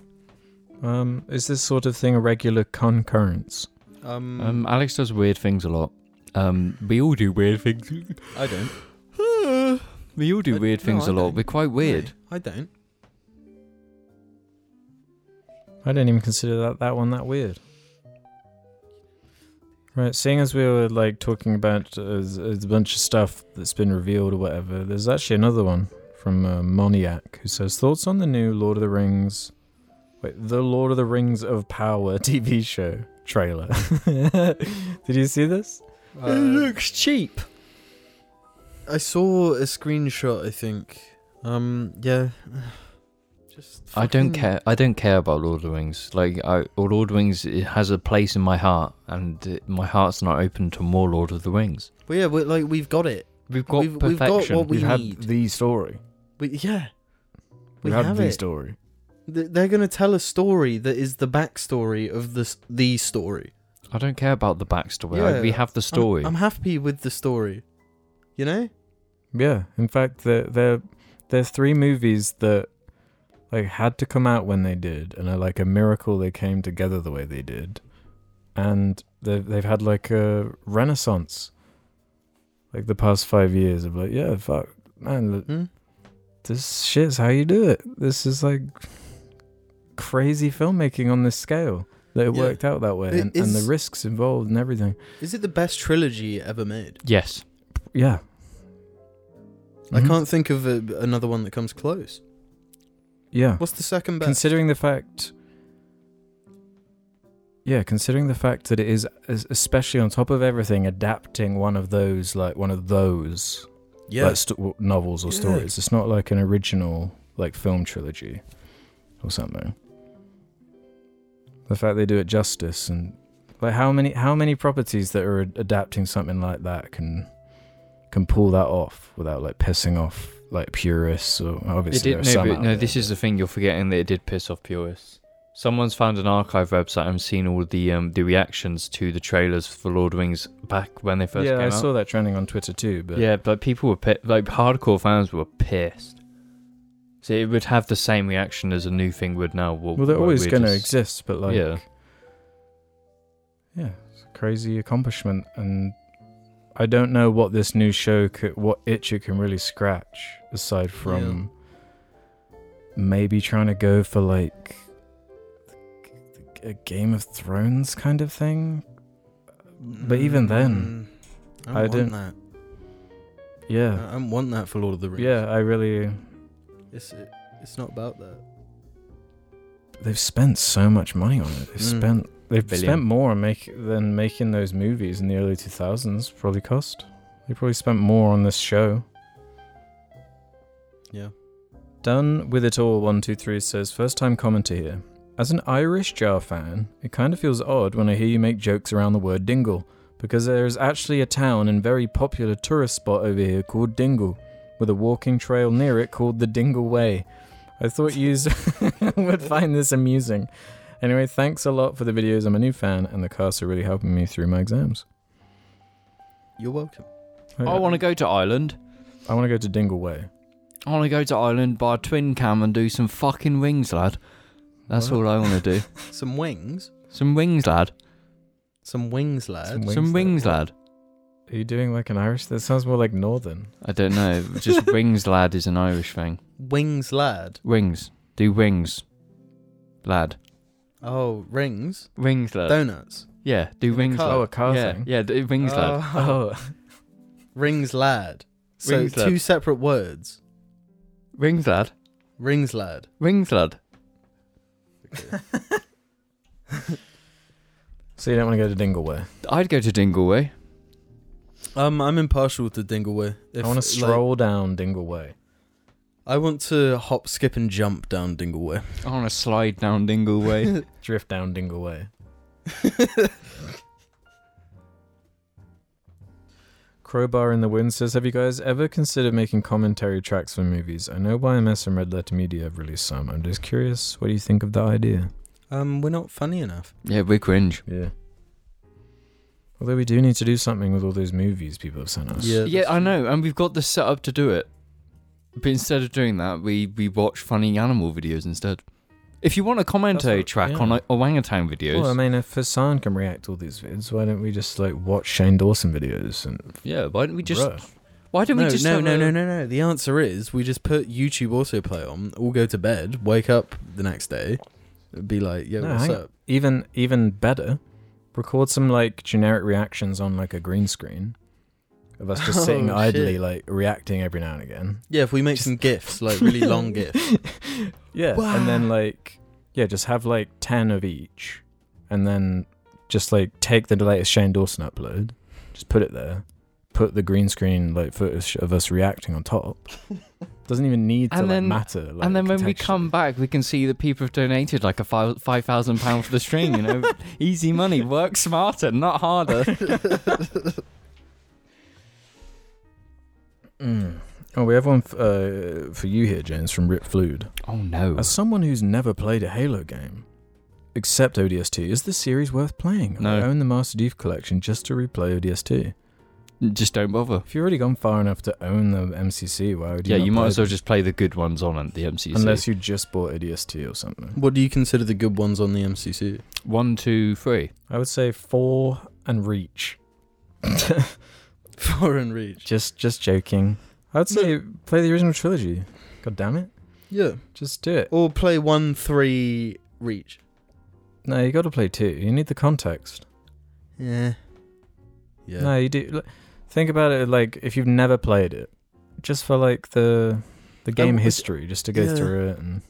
Um, is this sort of thing a regular concurrence? Mm. Um, Um, Alex does weird things a lot. Um, we all do weird things. I don't. we all do I- weird no, things I a lot. don't. We're quite weird. No, I don't. I didn't even consider that, that one that weird. Right, seeing as we were like talking about uh, s- a bunch of stuff that's been revealed or whatever, there's actually another one from uh, Moniac who says thoughts on the new Lord of the Rings, wait, the Lord of the Rings of Power TV show trailer. Did you see this? Uh, cheap. I saw a screenshot. I think. Um. Yeah. Just. I don't fucking- care. I don't care about Lord of the Rings. Like, I, Lord of the Rings it has a place in my heart, and uh, my heart's not open to more Lord of the Rings. Well, yeah. We're, like we've got it. We've got We've- we've got perfection. what we We've had need. the story. We, yeah. We We've had have the it. story. Th- They're gonna tell a story that is the backstory of this the story. I don't care about the backstory. Yeah, Like, we have the I'm- story. I'm happy with the story. You know. Yeah, in fact, they're, they're, they're three movies that like had to come out when they did, and are like a miracle they came together the way they did, and they've they've had like a renaissance, like the past five years of like yeah, fuck man, look, Hmm? this shit's how you do it. This is like crazy filmmaking on this scale that it Yeah. worked out that way It and, and the is- risks involved and everything. Is it the best trilogy ever made? Yes. Yeah. I Mhm. can't think of a, another one that comes close. Yeah. What's the second best? Considering the fact. Yeah, considering the fact that it is, es- especially on top of everything, adapting one of those, like one of those yeah, like st- w- novels or Yeah. stories. It's not like an original like film trilogy or something. The fact they do it justice and like how many how many properties that are ad- adapting something like that can can pull that off without like pissing off like purists or It obviously did, there no, are some but, out no there, this but- is the thing you're forgetting that it did piss off purists. Someone's found an archive website and seen all the um, the reactions to the trailers for Lord of the Rings back when they first yeah came I out. saw that trending on Twitter too but Yeah, but people were pissed. Like hardcore fans were pissed. So it would have the same reaction as a new thing would now. Well, well they're we're- always we're going to just- exist but like Yeah. yeah, it's a crazy accomplishment, and I don't know what this new show could, what itch it can really scratch aside from maybe trying to go for like a Game of Thrones kind of thing. But even then, Mm, I, I don't didn't- want that. Yeah, I don't want that for Lord of the Rings. yeah, I really. it's it, it's not about that. They've spent so much money on it. They've Mm. spent they've Billion. spent more on make than making those movies in the early two thousands probably cost. They probably spent more on this show. Yeah, Done with it all. One two three says first time commenter here. As an Irish jar fan, it kind of feels odd when I hear you make jokes around the word dingle, because there is actually a town and very popular tourist spot over here called Dingle, with a walking trail near it called the Dingle Way. I thought you would find this amusing. Anyway, thanks a lot for the videos. I'm a new fan, and the casts are really helping me through my exams. you're welcome. I want to go to Ireland. I want to go to Dingle Way. I want to go to Ireland, buy a twin cam, and do some fucking wings, lad. That's What? all I want to do. Some wings, Some wings, lad. some wings, lad. Some wi- some Wings, wings, lad. lad. Are you doing like an Irish? That sounds more like Northern. I don't know. Just wings, lad is an Irish thing. wings, lad. Wings. Do wings, lad. Oh, rings, Wings, Uh, lad. donuts, Yeah, do a wings, car. lad. Oh, a car yeah, thing. Yeah, do wings, lad. Oh, rings, lad. So Rings, lad. two separate words. Rings, lad. Rings, lad. Rings, lad. so you don't want to go to Dingleway? I'd go to Dingleway. Um, I'm impartial to Dingleway. If, I want to like, stroll down Dingleway. I want to hop, skip, and jump down Dingleway. I want to slide down Dingleway. Drift down Dingleway. Crowbar in the Wind says, Have you guys ever considered making commentary tracks for movies? I know YMS and Red Letter Media have released some. I'm just curious, what do you think of the idea? Um, we're not funny enough. yeah, we cringe. Yeah. Although we do need to do something with all those movies people have sent us. Yeah, I know, and we've got the setup to do it. But instead of doing that, we we watch funny animal videos instead. If you want a commentary what- track yeah. on like, Orangutan videos, Well, I mean, if Hassan can react to all these vids, why don't we just like watch Shane Dawson videos and yeah, why don't we just Bruh. why don't no, we just no, have no, a- no, no, no. The answer is we just put YouTube autoplay on, all go to bed, wake up the next day, and be like, yo, No, what's hang up? even even better, record some like generic reactions on like a green screen of us just sitting Oh, idly, shit. like reacting every now and again. Yeah, if we make Just- some gifs, like really long gifs. Yeah, and then like yeah, just have like ten of each, and then just like take the latest Shane Dawson upload, just put it there, put the green screen like footage of us reacting on top. Doesn't even need to And like, then- matter. Like, and then when we contextually. come back, we can see that people have donated like a fi- five thousand pound for the stream. You know, easy money. Work smarter, not harder. Mm. Oh, we have one f- uh, for you here, James, from Rip Flood. Oh no! As someone who's never played a Halo game, except ODST, is this series worth playing? I No. own the Master Chief Collection just to replay ODST. Just don't bother. If you've already gone far enough to own the MCC, why would you? Yeah, not you might play as well them? just play the good ones on at the MCC. Unless you just bought ODST or something. What do you consider the good ones on the MCC? one, two, three. I would say four and Reach. Foreign Reach. just, just joking. I'd say play the original trilogy. God damn it, Yeah. just do it. Or play one, three, reach. No, you got to play two. You need the context. Yeah. Yeah. No, you do. l- Think about it like if you've never played it, just for like the the game it's- history, just to go Oh, yeah. through it and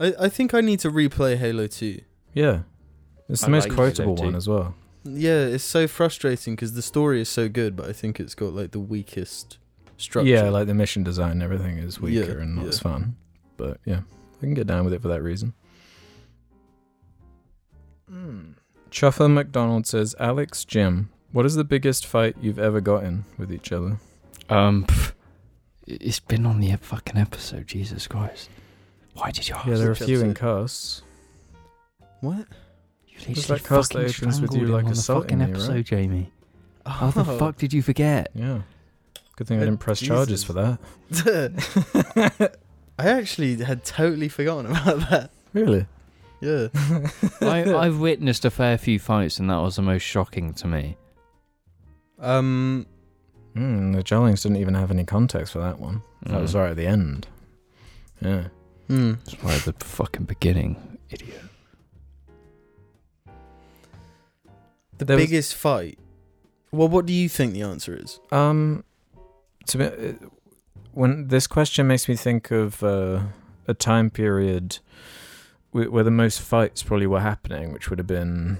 I, I think I need to replay Halo 2. yeah, it's the I most like quotable Halo one 2. as well. Yeah, it's so frustrating because the story is so good, but I think it's got like the weakest structure. Yeah, like the mission design and everything is Yeah, weaker and not yeah. as fun. But yeah, I can get down with it for that reason. Chuffer McDonald says, Alex, Jim, what is the biggest fight you've ever gotten with each other? Um, pff, it- it's been on the fucking episode. Jesus Christ! Why did you Oh, ask? Yeah, there are a which few in episode? casts. what? you literally that cast fucking that opens with strangled you, him like, on the fucking assaulting me, right? episode, Jamie. How the Oh. fuck did you forget? Yeah. Good thing I Uh, didn't press charges Jesus. for that. I actually had totally forgotten about that. Really? Yeah. I, I've witnessed a fair few fights, and that was the most shocking to me. Um. Mm, the Jellings didn't even have any context for that one. That was Mm. right at the end. Yeah. hmm. It's right at the fucking beginning, idiot. The There was- biggest fight. Well, what do you think the answer is? Um, to be, uh, when this question makes me think of uh, a time period wh- where the most fights probably were happening, which would have been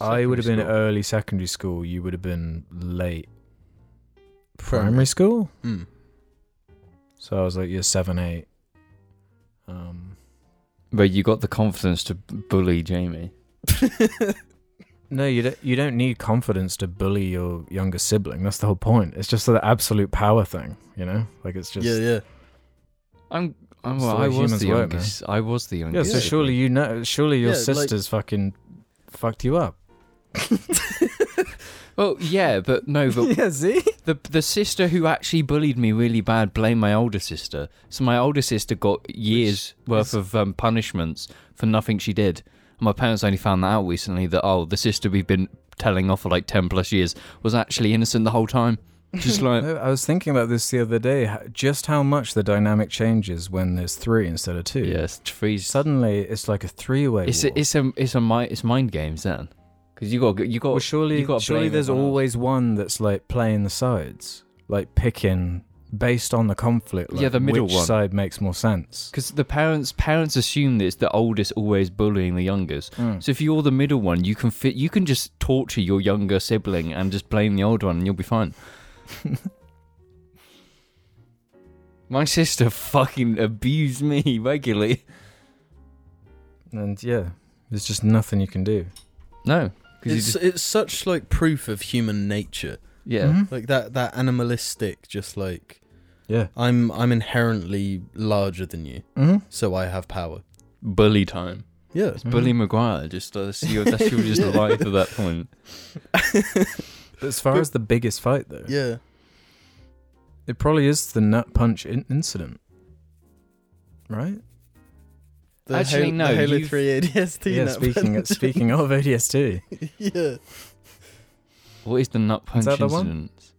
I would have been early secondary school. You would have been late primary, school. Mm. So I was like year seven, eight. Um, But you got the confidence to bully Jamie. no, you don't. You don't need confidence to bully your younger sibling. That's the whole point. It's just the absolute power thing. You know, like it's just yeah, yeah. I'm. I'm It's well, the way I was humans the work, man. youngest. I was the Yeah, youngest. so Yeah. surely you know, surely your Yeah, like- sister's fucking fucked you up. Well, yeah, but no, but yeah, see? the the sister who actually bullied me really bad blamed my older sister. So my older sister got years worth is- of um, punishments for nothing she did. And my parents only found that out recently. That oh, the sister we've been telling off for like ten plus years was actually innocent the whole time. Just like I was thinking about this the other day, h- just how much the dynamic changes when there's three instead of two. yes, freeze. Suddenly, it's like a three-way It's war. a, it's a it's a mind it's mind games then, because you got you got well, surely, you gotta surely blame there's everyone else. always one that's like playing the sides, like picking based on the conflict. Like Yeah, the middle which one. side makes more sense. because the parents parents assume that it's the oldest always bullying the youngest. Hmm. So if you're the middle one, you can fit. You can just torture your younger sibling and just blame the older one, and you'll be fine. My sister fucking abused me regularly. And yeah, there's just nothing you can do. No, because you It's just it's such like proof of human nature, yeah. Mhm. like that that animalistic, just like yeah. I'm I'm inherently larger than you, hmm so I have power. Bully time. Yeah. Mm-hmm. It's Bully Maguire. Just uh, that's your that's your just Yeah. life at that point. But as far But- as the biggest fight, though, Mm-hmm. Yeah. It probably is the nut punch in- incident, right? The Actually, Halo, no, The Halo you've- Three ADST. yeah, nut speaking punch. speaking of ADST, yeah. What is the nut punch that the one? incident?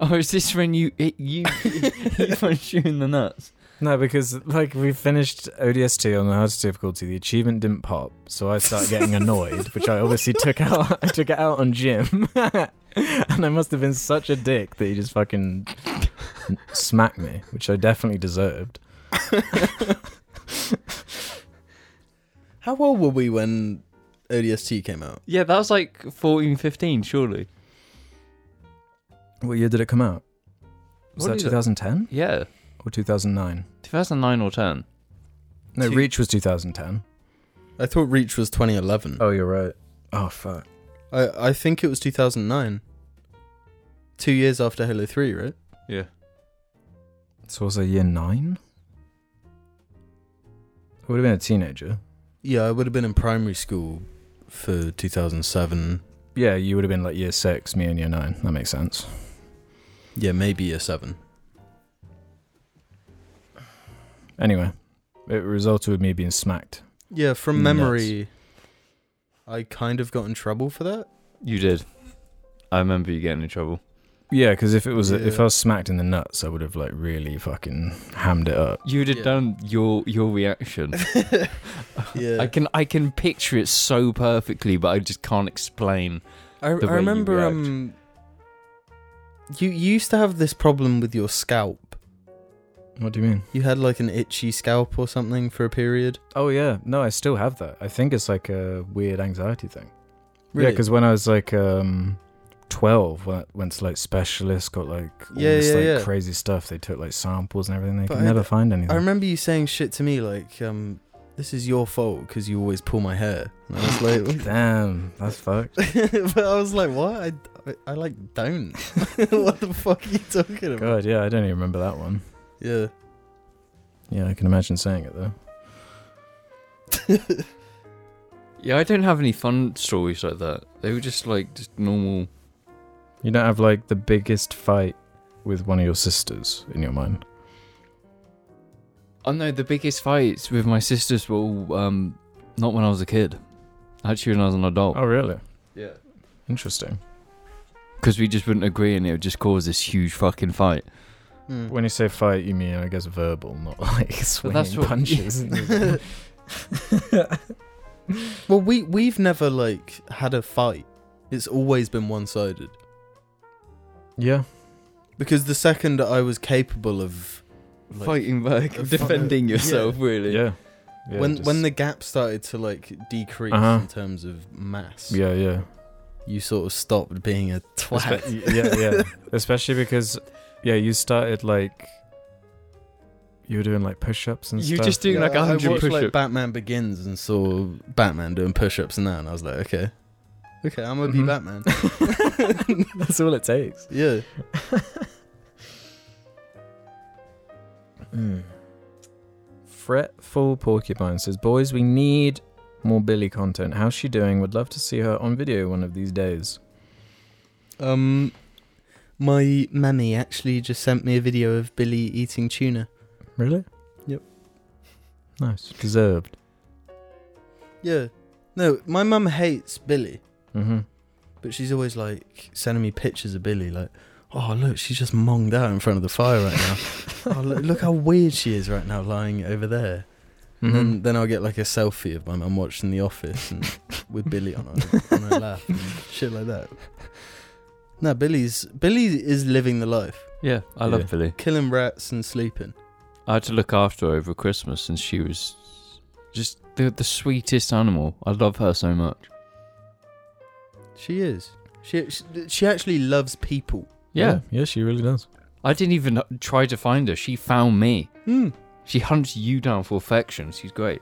Oh, is this when you it, you he punched you in the nuts? no, because like we finished ODST on the hardest difficulty, the achievement didn't pop, so I started getting annoyed, which I obviously took out. I took it out on Jim, and I must have been such a dick that he just fucking smacked me, which I definitely deserved. How old were we when ODST came out? Yeah, that was like 14, 15, surely. What year did it come out? Was What that is it? 2010 Yeah, or 2009? 2009 or 10. No, Two- Reach was 2010. I thought Reach was 2011. Oh, you're right. Oh fuck. I I think it was 2009. Two years after Halo Three, right? Yeah. So was I year nine? I would have been a teenager. Yeah, I would have been in primary school for 2007. Yeah, you would have been like year six, me and year nine. That makes sense. Yeah, maybe year seven. Anyway, it resulted with me being smacked. Yeah, from Nuts. memory, I kind of got in trouble for that. You did. I remember you getting in trouble. Yeah, because if it was if Yeah. I was smacked in the nuts, I would have like really fucking hammed it up. You'd have Yeah. done your your reaction. yeah. I can I can picture it so perfectly, but I just can't explain. I, the I way you remember react. um you, you used to have this problem with your scalp. What do you mean? You had like an itchy scalp or something for a period. Oh yeah, no, I still have that. I think it's like a weird anxiety thing. Yeah, because when I was like um, twelve, when I went to like specialists, got like all Yeah, this yeah, like yeah. crazy stuff. They took like samples and everything. They But could I- never find anything. I remember you saying shit to me like um this is your fault because you always pull my hair. And I was like Damn, that's fucked. but I was like, what? I, I, I like don't. what the fuck are you talking about? God, yeah, I don't even remember that one. Yeah. Yeah, I can imagine saying it though. Yeah, I don't have any fun stories like that. They were just like just normal. You don't have like the biggest fight with one of your sisters in your mind. Oh no, the biggest fights with my sisters were all, um not when I was a kid. Actually, when I was an adult, Oh, really? yeah, Interesting. because we just wouldn't agree, and it would just cause this huge fucking fight. Hmm. When you say fight, you mean I guess verbal, not like swinging that's what- punches. well, we we've never like had a fight. It's always been one-sided yeah. because the second I was capable of like, Fighting back, Fight- defending yourself, really. Yeah. Yeah. when just- when the gap started to like decrease Uh-huh. in terms of mass, yeah yeah you sort of stopped being a twat. Espe- yeah yeah especially because yeah you started like you were doing like push-ups and You stuff. just doing like I- a I hundred watched like push-ups. Batman Begins and saw Batman doing push-ups and that, and I was like, okay, okay, I'm gonna Mm-hmm. Mhm. be Batman. That's all it takes. Yeah. Hmm. Fretful Porcupine says, Boys, we need more Billy content. How's she doing? Would love to see her on video one of these days. Um, my mammy actually just sent me a video of Billy eating tuna. Really? Yep. Nice. Deserved. Yeah. No, my mum hates Billy, Mm-hmm. but she's always like sending me pictures of Billy, like, oh look, she's just monged out in front of the fire right now. oh look, look how weird she is right now, lying over there. And Mm-hmm. then, then I'll get like a selfie of my mum watching The Office and with Billy on her, on her lap and shit like that. No, Billy's Billy is living the life, Yeah, I Yeah. love Billy. killing rats and sleeping. I had to look after her over Christmas, and she was just the the sweetest animal. I love her so much. She is. She she, she actually loves people. Yeah. Yeah, she really does. I didn't even try to find her. She found me. Hmm. She hunts you down for affection. She's great.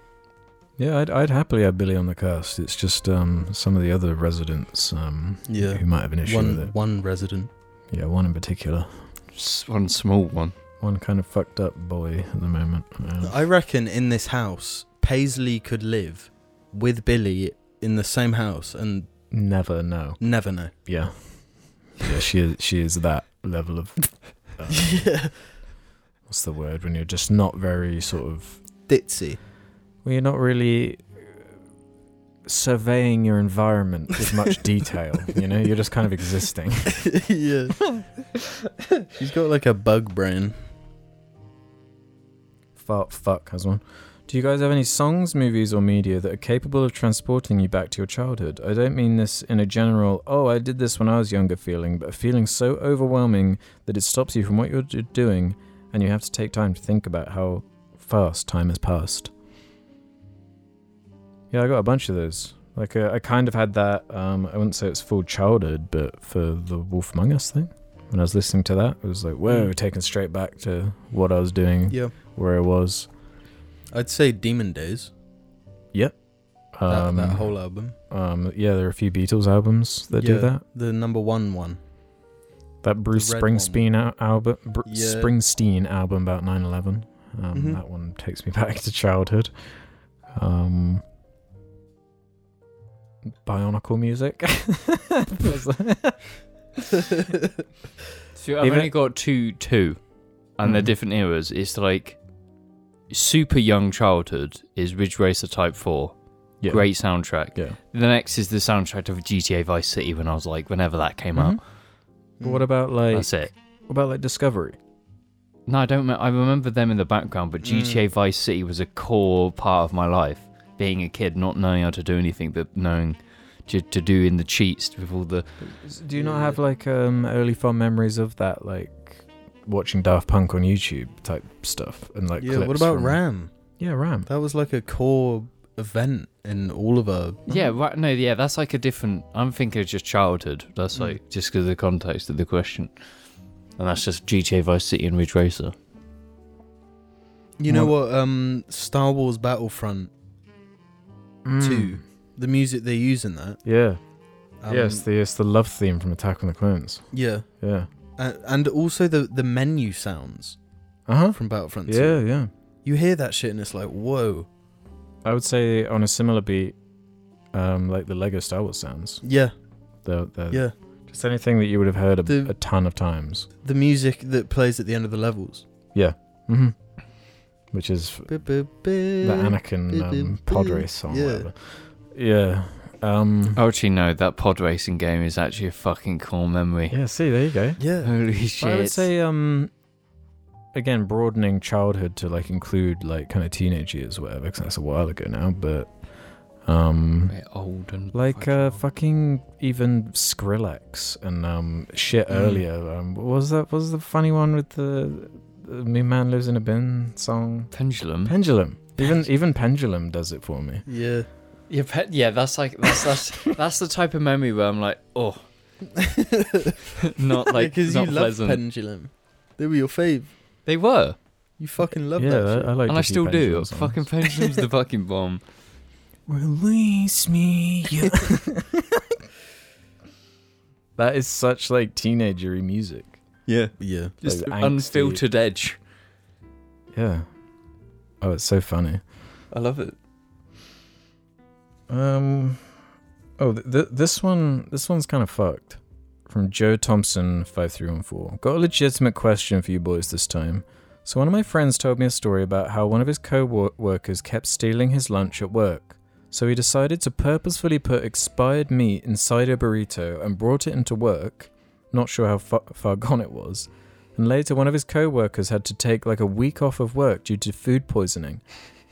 Yeah, I'd, I'd happily have Billy on the cast. It's just um, some of the other residents um, Yeah. who might have an issue One with it. one resident. Yeah, one in particular. S- One small one. One kind of fucked up boy at the moment. Uh, Yeah. I reckon in this house, Paisley could live with Billy in the same house and Never know. never know. Yeah. Yeah, she is, she is that level of. uh, yeah. what's the word? When you're just not very sort of. Ditzy. Well, you're not really uh, surveying your environment with much detail. You know, you're just kind of existing. yeah. She's got like a bug brain. Fart fuck has one. Do you guys have any songs, movies, or media that are capable of transporting you back to your childhood? I don't mean this in a general, oh, I did this when I was younger feeling, but a feeling so overwhelming that it stops you from what you're d- doing and you have to take time to think about how fast time has passed. Yeah, I got a bunch of those. Like, uh, I kind of had that, um, I wouldn't say it's full childhood, but for the Wolf Among Us thing. When I was listening to that, it was like, whoa, taken straight back to what I was doing, Yeah. where I was. I'd say Demon Days. That, Um, that whole album. um, yeah, there are a few Beatles albums that do Yeah. that. The number one one. That Bruce red one. Springsteen al- album, Br- Yeah. Springsteen album about 9/11. Um, Mhm. That one takes me back to childhood. Um, bionicle music. So I've Even- only got two, two, and they're Mhm. different eras. It's like super young childhood is Ridge Racer Type Four. Yeah. Great soundtrack. Yeah. Mm-hmm. The next is the soundtrack of GTA Vice City when I was like, whenever that came out. But Mm-hmm. what about like That's it. what about like Discovery? No, I don't. me- I remember them in the background, but Mm. GTA Vice City was a core part of my life. Being a kid, not knowing how to do anything, but knowing to, to do in the cheats with all the Do you not have like um early fond memories of that like watching Daft Punk on YouTube type stuff and like yeah, clips what about from- Ram? Yeah, Ram. That was like a core event in all of our. Mm. yeah right no yeah that's like a different. I'm thinking of just childhood. That's Mm. like just because of the context of the question, and that's just GTA Vice City and Ridge Racer. You know what? Um, Star Wars Battlefront, Two. the music they use in that. Mm. Yeah. Um, yes, the it's the love theme from Attack on the Clones. yeah, Yeah. and, and also the the menu sounds Uh huh. from Battlefront. 2. Yeah, yeah. you hear that shit and it's like, whoa. I would say on a similar beat, um, like the Lego Star Wars sounds. Yeah, The, the, yeah. Just anything that you would have heard a, The- a ton of times. The music that plays at the end of the levels. Mm-hmm. Which is Bi- bi- bi- the Anakin bi- um, bi- pod bi- race song. yeah. Whatever. Yeah. Um, Oh, Actually, no, that pod racing game is actually a fucking core memory. Yeah. See, there you go. Yeah, Holy shit! I would say, um, again, broadening childhood to like include like kind of teenage years, whatever. Because that's a while ago now, but um, We're old and like fucking uh, old. fucking even Skrillex and um shit Mm. earlier. Um, what was that what was the funny one with the, the "Me Man Lives in a Bin" song? Mm. pendulum. Pendulum. Even even Pendulum does it for me. yeah. Yeah, pe- yeah, that's like that's that's that's the type of memory where I'm like, oh, not like because not you love pleasant. Pendulum. They were your fave. they were, You fucking love yeah, that. I, shit. I like. and to I see still do. Pendulum songs. Fucking pendulum's the fucking bomb. Release me. you- that is such like teenagery music. Yeah, yeah. just Like, angsty. unfiltered edge. Yeah. Oh, it's so funny. I love it. Um. Oh, th- th- this one. This one's kind of fucked. From Joe Thompson five three one four. Got a legitimate question for you boys this time. So one of my friends told me a story about how one of his co-workers kept stealing his lunch at work. So he decided to purposefully put expired meat inside a burrito and brought it into work. Not sure how fa- far gone it was. And later, one of his co-workers had to take like a week off of work due to food poisoning.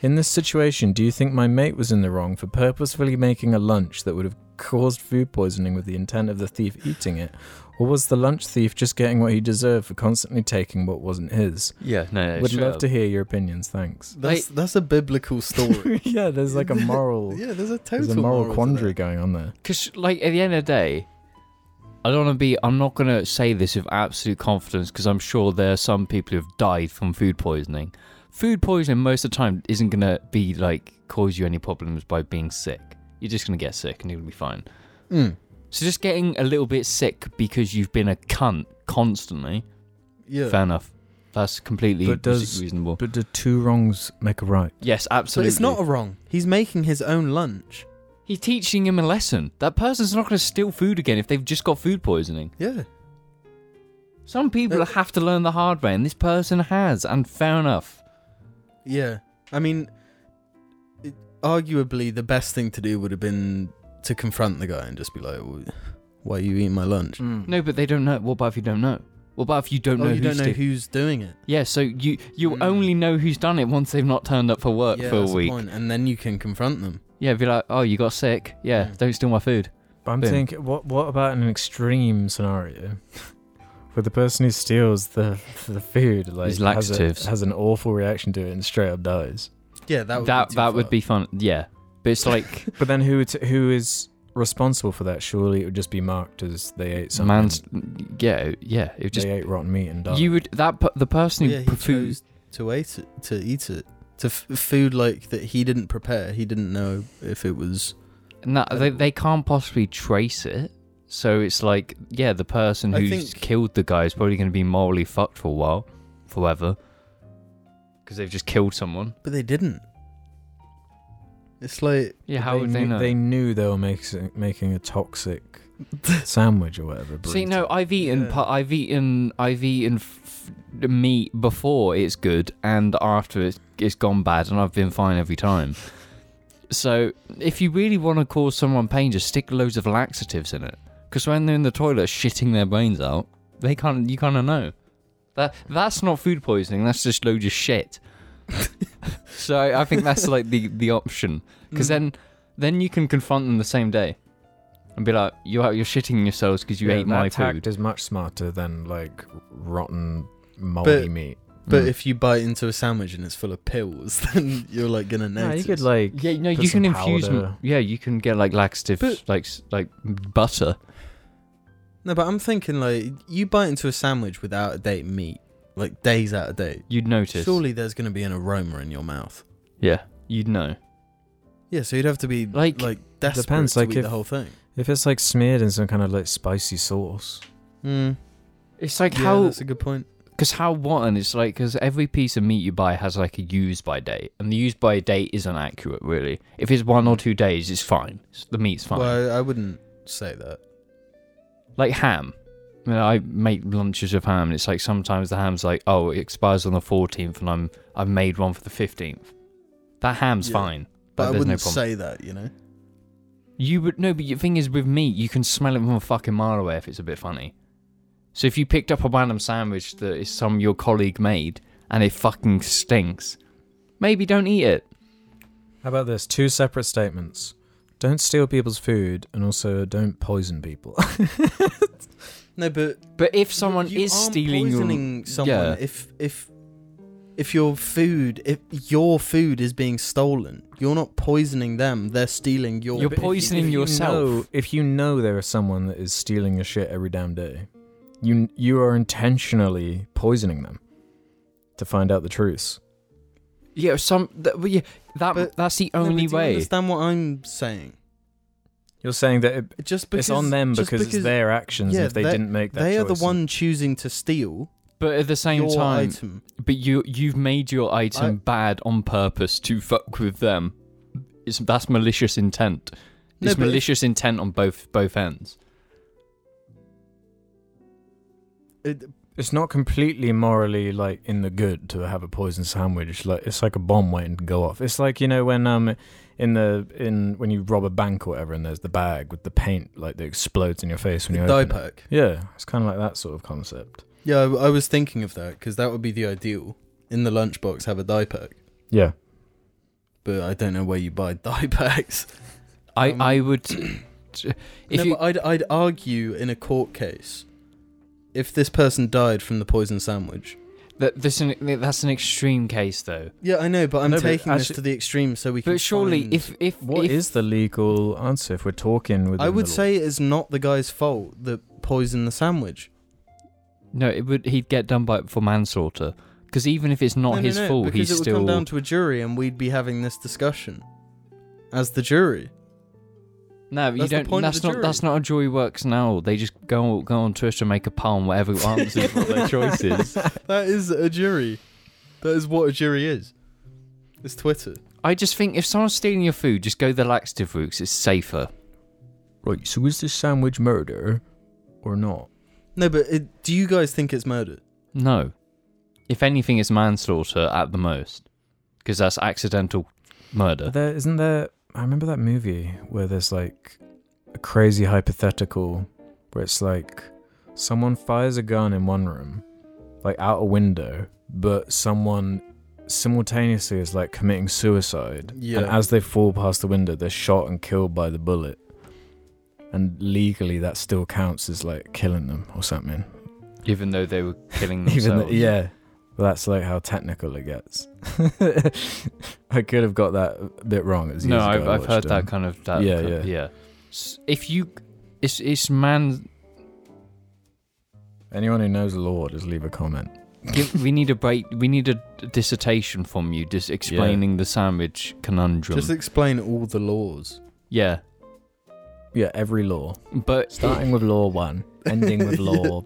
In this situation, do you think my mate was in the wrong for purposefully making a lunch that would have caused food poisoning with the intent of the thief eating it? Or was the lunch thief just getting what he deserved for constantly taking what wasn't his? Yeah, no, no Would straight love up. to hear your opinions, thanks. That's that's a biblical story. yeah, there's like a moral yeah, there's a total there's a moral moral to quandary that. going on there. Because, like, at the end of the day, I don't want to be. I'm not going to say this with absolute confidence because I'm sure there are some people who have died from food poisoning. Food poisoning, most of the time, isn't going to be like cause you any problems by being sick. You're just going to get sick and you're going to be fine. Mm. So, just getting a little bit sick because you've been a cunt constantly, Yeah. fair enough. That's completely But does- reasonable. But do two wrongs make a right? Yes, But absolutely. it's not a wrong. He's making his own lunch. He's teaching him a lesson. That person's not going to steal food again if they've just got food poisoning. Yeah. Some people Uh, have to learn the hard way, and this person has, and fair enough. Yeah. I mean, it, arguably the best thing to do would have been to confront the guy and just be like, "Wh- "Why are you eating my lunch?" No, but they don't know. What about if you don't know? What about if you don't oh, know you who's don't know did- who's doing it. Yeah, so you you Mm. only know who's done it once they've not turned up for work yeah, for a that's the week. point. and then you can confront them. Yeah, be like, oh, you got sick. Yeah, Mm. don't steal my food. But I'm Boom. thinking, what what about an extreme scenario where the person who steals the the food like Is has, a- laxatives. has an awful reaction to it and straight up dies? Yeah, that would that be too that far. would be fun. Yeah, but it's like But then who t- who is responsible for that? Surely it would just be marked as they ate something. man's. Yeah, yeah. It would just they ate rotten meat and died. you would that per- the person who yeah, he put food. chose to eat it, to eat it, to f- food like that he didn't prepare. He didn't know if it was. No, they, Like- they can't possibly trace it. So it's like, yeah, the person I who's think- killed the guy is probably going to be morally fucked for a while, forever, because they've just killed someone. But they didn't. It's like Yeah, But how would they knew- know? They knew they were making making a toxic sandwich or whatever. See, burrito. no, I've eaten, Yeah. pa- I've eaten, I've eaten f- f- meat before it's good, and after it's, it's gone bad, and I've been fine every time. So, if you really want to cause someone pain, just stick loads of laxatives in it. Because when they're in the toilet shitting their brains out, they can't. You kind of know. That that's not food poisoning. That's just loads of shit. so I, I think that's like the the option. mm. Because then then you can confront them the same day, and be like, "You're out. You're shitting yourselves because you Yeah, ate my that tact food." is much smarter than like rotten moldy But- meat. But Mm. if you bite into a sandwich and it's full of pills, then you're like gonna notice. No, you could like yeah, no, put you can some infuse. m- powder. Yeah, you can get like laxatives, But- like s- like butter. No, but I'm thinking like you bite into a sandwich with out of date meat, like days out of date. You'd notice. Surely there's gonna be an aroma in your mouth. Yeah, you'd know. Yeah, so you'd have to be Like- like like desperate Depends, to like, eat if- the whole thing. if it's like smeared in some kind of like spicy sauce. Mm. It's like yeah, how that's a good point. Because how rotten it's like, because every piece of meat you buy has like a use by date, and the use by date isn't accurate really. If it's one or two days, it's fine. It's- the meat's fine. Well, I, I wouldn't say that. like ham. I, mean, I make lunches of ham, and it's like sometimes the ham's like, oh, it expires on the 14th, and I'm I've made one for the 15th. That ham's Yeah. fine. But Like, I there's wouldn't no problem. say that, you know. You would no, but the thing is, with meat, you can smell it from a fucking mile away if it's a bit funny. So if you picked up a random sandwich that is some your colleague made and it fucking stinks, maybe don't eat it. How about this? Two separate statements. Don't steal people's food and also don't poison people. No, but But if someone you is aren't stealing your, poisoning someone yeah. if if if your food if your food is being stolen you're not poisoning them they're stealing your You're But if you- poisoning if you yourself. know- if you know there is someone that is stealing your shit every damn day, you you are intentionally poisoning them to find out the truth. yeah, some that, well, yeah, that But- that's the No, but only do you way. understand what i'm saying You're saying that it, just because it's on them just because, it's their actions. yeah, if they they- didn't make that, they are the choice. one choosing to steal But at the same your time, item but you you've made your item I- bad on purpose to fuck with them. It's that's malicious intent. No, It's but if- malicious intent on both both ends. it, It's not completely morally like in the good to have a poison sandwich. Like it's like a bomb waiting to go off. It's like you know when um in the in when you rob a bank or whatever, and there's the bag with the paint like that explodes in your face when you open it. dipac Yeah, it's kind of like that sort of concept. yeah I, I was thinking of that because that would be the ideal in the lunchbox have a dipac Yeah, but i don't know where you buy dipacks I Um, I would. If no, you, but I'd, I'd argue in a court case if this person died from the poison sandwich. That this an, that's an extreme case though. Yeah, I know, but I'm No, but taking actually- this to the extreme so we can. But surely, find- if if What is if, the legal answer if we're talking with? I would say it's not the guy's fault that poisoned the sandwich. no, it would he'd get done by for manslaughter because even if it's No, not no, his no, fault, because he's it would come still down to a jury, and we'd be having this discussion as the jury. no. You that's the don't. point of that's the not. jury. That's not how jury works now. They just go go on Twitter and make a poll on whatever answers what their choice is. That is a jury. That is what a jury is. It's Twitter. I just think if someone's stealing your food, just go the laxative routes. It's safer. Right. So is this sandwich murder or not? No, but it, do you guys think it's murder? No, if anything, it's manslaughter at the most because that's accidental murder. But there isn't there. I remember that movie where there's like a crazy hypothetical where it's like someone fires a gun in one room, like out a window, but someone simultaneously is like committing suicide. And Yeah. as they fall past the window, they're shot and killed by the bullet. And legally, that still counts as like killing them or something. even though they were killing Even themselves. th- yeah, But that's like how technical it gets. I could have got that a bit wrong. It was no, years ago I've, I I've heard watched that them. kind of that. Yeah, kind of- yeah. yeah. S- If you, it's it's man. Anyone who knows law, just leave a comment. Give, we need a break. We need a dissertation from you, just explaining the sandwich conundrum. Just explain all the laws. yeah, Yeah, every law, but starting with law one, ending with law.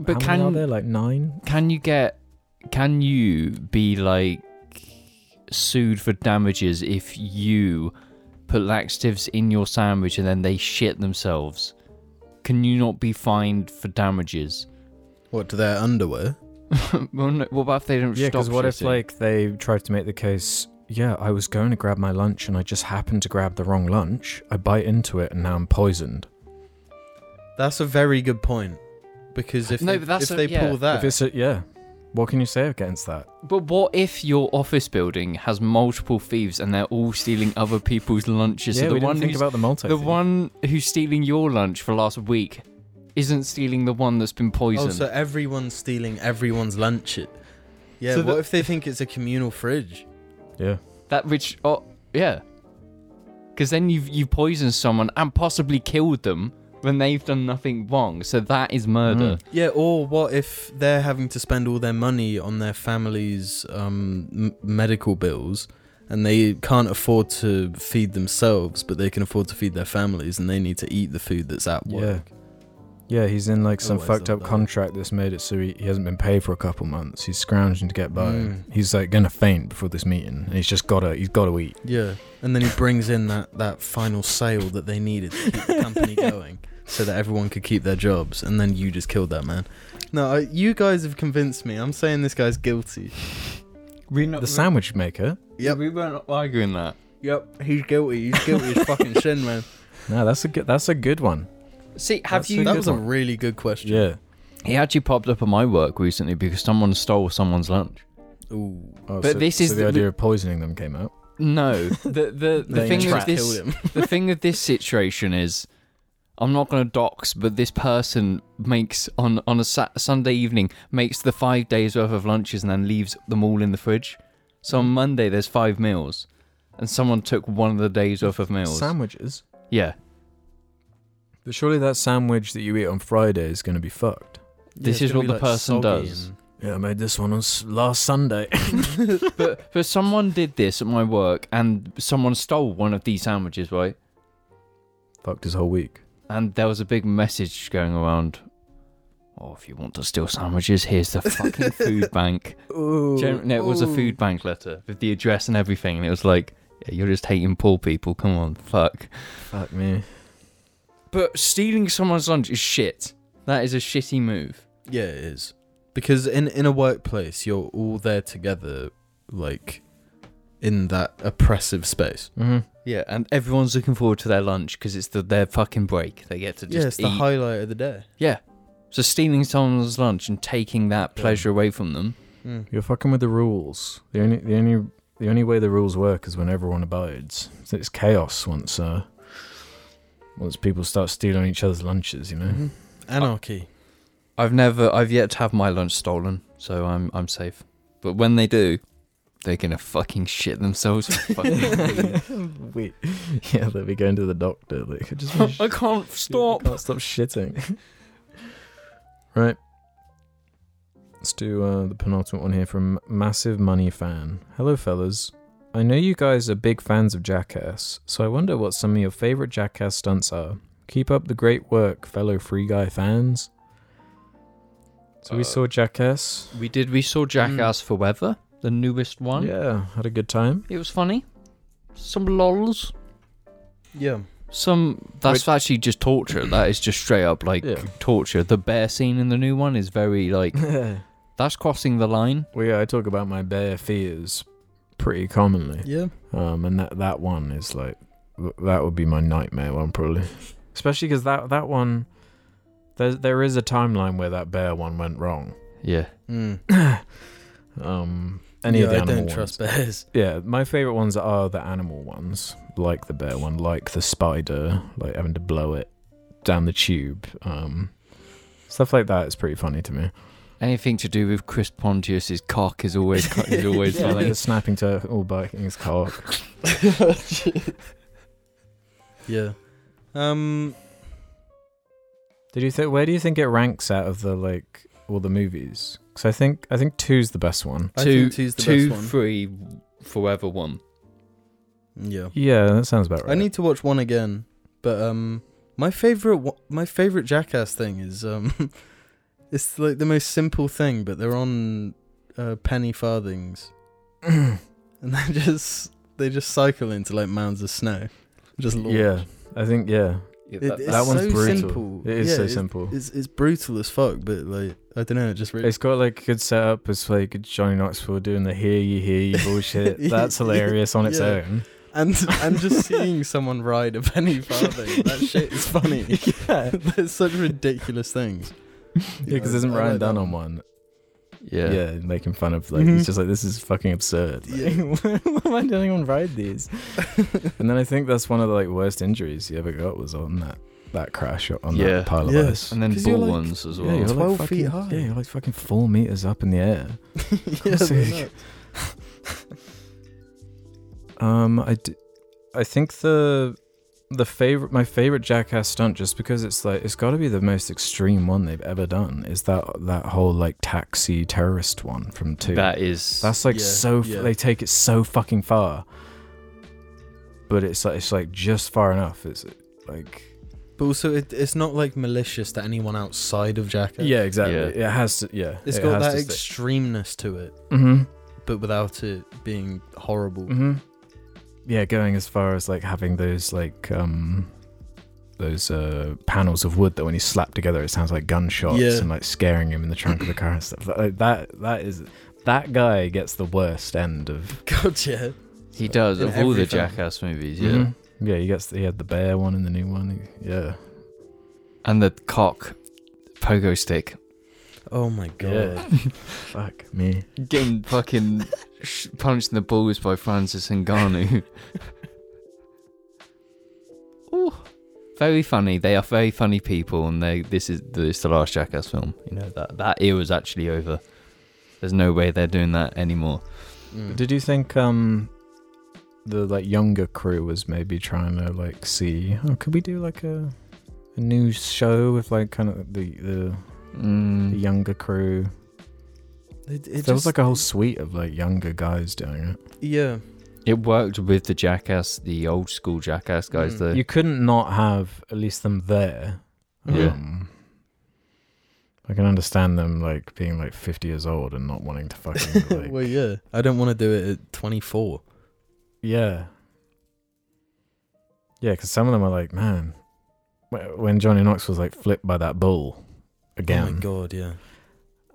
but how many are can there like nine? can you get can you be like sued for damages if you put laxatives in your sandwich and then they shit themselves? Can you not be fined for damages? What to their underwear? well, no, what about if they don't Yeah, stop? because what if shitting? like they tried to make the case? Yeah, I was going to grab my lunch and I just happened to grab the wrong lunch. I bite into it and now I'm poisoned. That's a very good point. Because if No, they, but that's if a- they yeah. pull that, If it's a, yeah, what can you say against that? But what if your office building has multiple thieves and they're all stealing other people's lunches? yeah, so the we didn't one think who's- about the multi. the thing. one who's stealing your lunch for last week isn't stealing the one that's been oh, poisoned. so everyone's stealing everyone's lunch. It. Yeah. So what the- if they think it's a communal fridge? Yeah. that which oh yeah. Cuz then you've you poisoned someone and possibly killed them when they've done nothing wrong. So that is murder. Mm. Yeah. Or what if they're having to spend all their money on their family's um, m- medical bills? And they can't afford to feed themselves, but they can afford to feed their families, and they need to eat the food that's at Yeah. work. Yeah, he's in like some Otherwise fucked they'll up die. contract that's made it so he, he hasn't been paid for a couple months. He's scrounging to get by. Mm. He's like gonna faint before this meeting, and he's just gotta he's gotta eat. Yeah, and then he brings in that, that final sale that they needed to keep the company going, so that everyone could keep their jobs. And then you just killed that man. No, I, you guys have convinced me. I'm saying this guy's guilty. We The sandwich maker. Yep. we weren't arguing that. Yep, he's guilty. He's guilty as fucking shin, man. No, that's a good that's a good one. See, have That's you That Good was a one. really good question. Yeah. He actually popped up at my work recently because someone stole someone's lunch. Ooh, Oh, But so, this so is the the- idea of poisoning them came out. No, the the, the They thing with trapped- this killed him. the thing with this situation is, I'm not going to dox, but this person makes on on a sa- Sunday evening makes the five days worth of lunches and then leaves them all in the fridge. So on Monday there's five meals, and someone took one of the days worth of meals. Sandwiches. yeah, But surely that sandwich that you eat on Friday is gonna be fucked. This Yeah, is it's gonna what be, the like, person soggy does. and- Yeah, I made this one on s- last Sunday. but but someone did this at my work, and someone stole one of these sandwiches, right? fucked his whole week. And there was a big message going around. Oh, if you want to steal sandwiches, here's the fucking food bank. Gen- no, it was a food bank letter with the address and everything, and it was like, yeah, "You're just hating poor people. Come on, fuck." Fuck me. But stealing someone's lunch is shit. That is a shitty move. Yeah, it is. Because in in a workplace, you're all there together, like in that oppressive space. Mm-hmm. Yeah, and everyone's looking forward to their lunch because it's the, their fucking break. They get to just yeah, it's eat. the highlight of the day. yeah. So stealing someone's lunch and taking that Yeah. pleasure away from them. Mm. You're fucking with the rules. The only the only the only way the rules work is when everyone abides. So It's chaos once uh once people start stealing each other's lunches, you know. Mhm. Anarchy. I've never, I've yet to have my lunch stolen, so I'm, I'm safe. But when they do, they're gonna fucking shit themselves. for fucking- Wait. Yeah, they'll be going to the doctor. They could just be sh- I can't stop. can't stop shitting. right. Let's do uh, the penultimate one here from Massive Money Fan. Hello, fellas. I know you guys are big fans of Jackass, so I wonder what some of your favorite Jackass stunts are. Keep up the great work, fellow Free Guy fans. So we Uh, saw Jackass. We did. We saw Jackass Forever, the newest one. Yeah, had a good time. It was funny. Some lols. Yeah. Some. That's actually just torture. That is just straight up like Yeah. torture. The bear scene in the new one is very like well, that's crossing the line. yeah, I talk about my bear fears pretty commonly. Yeah. Um, and that that one is like th- that would be my nightmare one probably, especially because that that one, there there is a timeline where that bear one went wrong. Yeah. Mm. Um, any yeah, of the I animal don't ones. trust bears. Yeah, my favorite ones are the animal ones, like the bear one, like the spider, like having to blow it down the tube. Um, stuff like that is pretty funny to me. Anything to do with Chris Pontius's cock is always is always yeah, like funny. the snapping turtle all biting his cock. Yeah. Um. Did you think? Where do you think it ranks out of the like all the movies? Because I think I think two's the best one. I Two- think two's the Two, best one. three, forever one. yeah. Yeah, that sounds about right. I need to watch one again, but um, my favorite wa- my favorite Jackass thing is um, it's like the most simple thing, but they're on uh, penny farthings, and they just they just cycle into like mounds of snow. Just launch. yeah, I think yeah. It- that- that It's one's so brutal. simple. It is Yeah, so it's- simple. It's, It's it's brutal as fuck, but like I don't know, it just really got like a good setup. It's like Johnny Knoxville doing the "hear you, hear you" bullshit. That's hilarious on its Yeah. own. and and just seeing someone ride a penny farthing. That shit is funny. yeah, There's such ridiculous things. because isn't I Ryan like that done one. on one? Yeah. Yeah. making fun of like Mhm. he's just like this is fucking absurd. Like, Yeah. why am I doing on ride these? and then I think that's one of the like worst injuries you ever got was on that that crash on Yeah. that pile of Yes. ice. And then 'Cause you're bull like- ones as Yeah, well. you're like 12 fucking- feet high. Yeah, you're like fucking four meters up in the air. yeah, they're Sick. nuts. Um, I, d- I think the the favorite my favorite Jackass stunt just because it's like it's got to be the most extreme one they've ever done is that that whole like taxi terrorist one from two. That is. That's like Yeah, so f- yeah. they take it so fucking far, but it's like it's like just far enough. It's like But also, it, it's not like malicious to anyone outside of Jackass. yeah, exactly. Yeah. It has to yeah. it's it got has that to stick. extremeness to it, Mhm. but without it being horrible. hmm Yeah, going as far as like having those like um those uh panels of wood that when you slap together it sounds like gunshots Yeah. and like scaring him in the trunk of the car and stuff. That- Like that that is that guy gets the worst end of God, yeah. he does in of all the every film. Jackass movies. Yeah. Mhm. Yeah, he gets he had the bear one in the new one. he- Yeah. And the cock pogo stick. Oh my god. Yeah. Fuck me. Getting fucking sh- punched in the balls by Francis Ngannou. Ooh. Very funny. They are very funny people, and they. This is this is the last Jackass film. You know that that era's actually over. There's no way they're doing that anymore. Mm. Did you think um the like younger crew was maybe trying to like see oh could we do like a a new show with like kind of the the, the Mm. younger crew It, it There just, was like a whole suite of like younger guys doing it. yeah. It worked with the Jackass, the old school Jackass guys. Mm. though. You couldn't not have at least them there. Yeah. Um, I can understand them like being like 50 years old and not wanting to fucking like well, yeah. I don't want to do it at Oh 24. yeah. Yeah, cuz some of them are like, man, wh- when Johnny Knox was like flipped by that bull again Oh my god, yeah.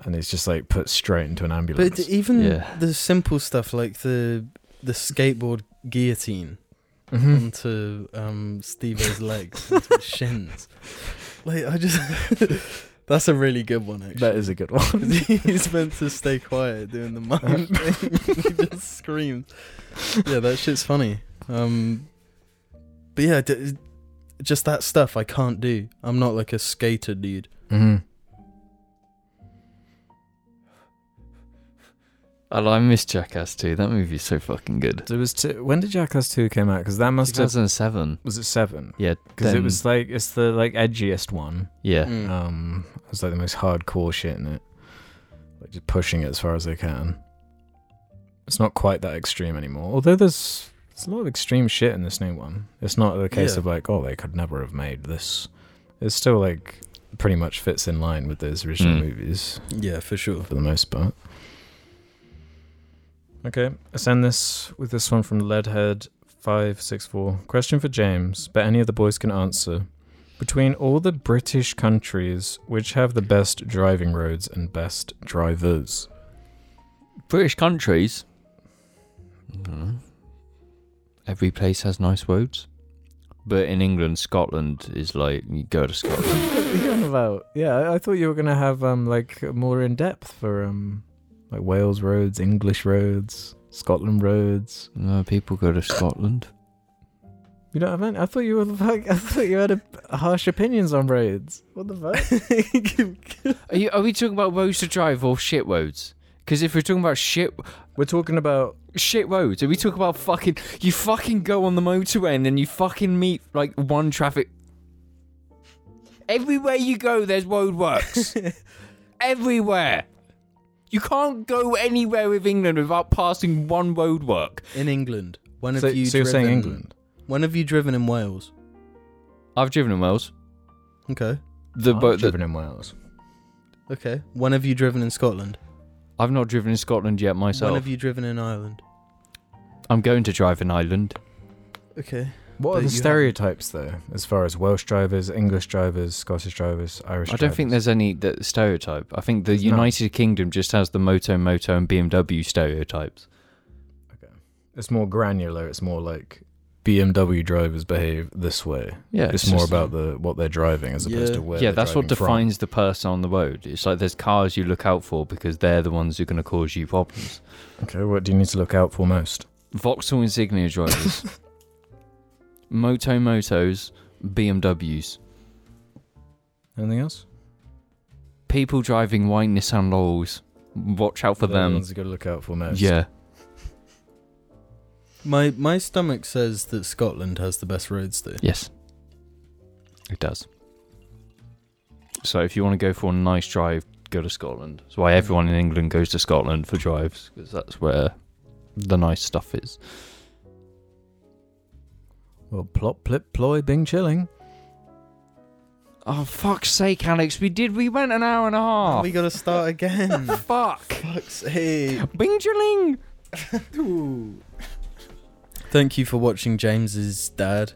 and it's just like put straight into an ambulance. But even Yeah. the simple stuff like the the skateboard guillotine Mhm. onto um Steve-O's legs, into his shins. Like I just That's a really good one actually. That is a good one. 'Cause he's meant to stay quiet doing the mime thing. he just screams. Yeah, that shit's funny. Um, but yeah, d- just that stuff I can't do. I'm not like a skater dude. Mhm. Oh, I miss Jackass too. That movie's so fucking good. So it was two, when did Jackass 2 came out cuz that must have 2007. was it 7? Yeah, because it then- was like it's the like edgiest one. Yeah, Mm. Um, it's like the most hardcore shit in it, like just pushing it as far as they can. It's not quite that extreme anymore. Although there's there's a lot of extreme shit in this new one. It's not the case Yeah. of like oh they could never have made this. It's still like pretty much fits in line with those original Mm. movies Yeah, for sure. for the most part. Okay, let's end this with this one from Leadhead five six four. Question for James, but any of the boys can answer. Between all the British countries, which have the best driving roads and best drivers? British countries. Mm. Every place has nice roads, but in England, Scotland is like you go to Scotland. about? Yeah, I- I thought you were gonna have um like more in depth for um like Wales roads, English roads, Scotland roads. no, people go to Scotland. You don't have any. I thought you were like I thought you had a, harsh opinions on roads. What the fuck? Are you? Are we talking about roads to drive or shit roads? Because if we're talking about shit We're talking about shit roads, are we talking about fucking? You fucking go on the motorway and then you fucking meet like one traffic. Everywhere you go, there's roadworks. everywhere. You can't go anywhere with England without passing one roadwork. In England, when have so, you? so driven, you're saying England? When have you driven in Wales? I've driven in Wales. Okay, The I've boat. driven in Wales. okay. When have you driven in Scotland? I've not driven in Scotland yet myself. When have you driven in Ireland? I'm going to drive in Ireland. Okay. What But are the you stereotypes though, as far as Welsh drivers, English drivers, Scottish drivers, Irish? I don't think drivers? there's any that stereotype. I think the There's not. United Kingdom just has the moto, moto, and BMW stereotypes. It's more granular. It's more like BMW drivers behave this way. Yeah, It's, it's more just- about the what they're driving as opposed Yeah. to where. yeah, they're that's what driving from. defines the person on the road. It's like there's cars you look out for because they're the ones who are going to cause you problems. Okay, what do you need to look out for most? Vauxhall Insignia drivers, Moto Motos, BMWs, Anything else? people driving white Nissan Laurels. Watch out for They're the them. ones you got to look out for most. Yeah, My my stomach says that Scotland has the best roads though. yes, it does. So if you want to go for a nice drive, go to Scotland. That's why everyone in England goes to Scotland for drives because that's where the nice stuff is. Well, plop, plip, ploy, bing, chilling. Oh fuck's sake, Alex! We did. We went an hour and a half. We gotta start again. Fuck. Fuck's sake. Bingerling. Thank you for watching James's dad.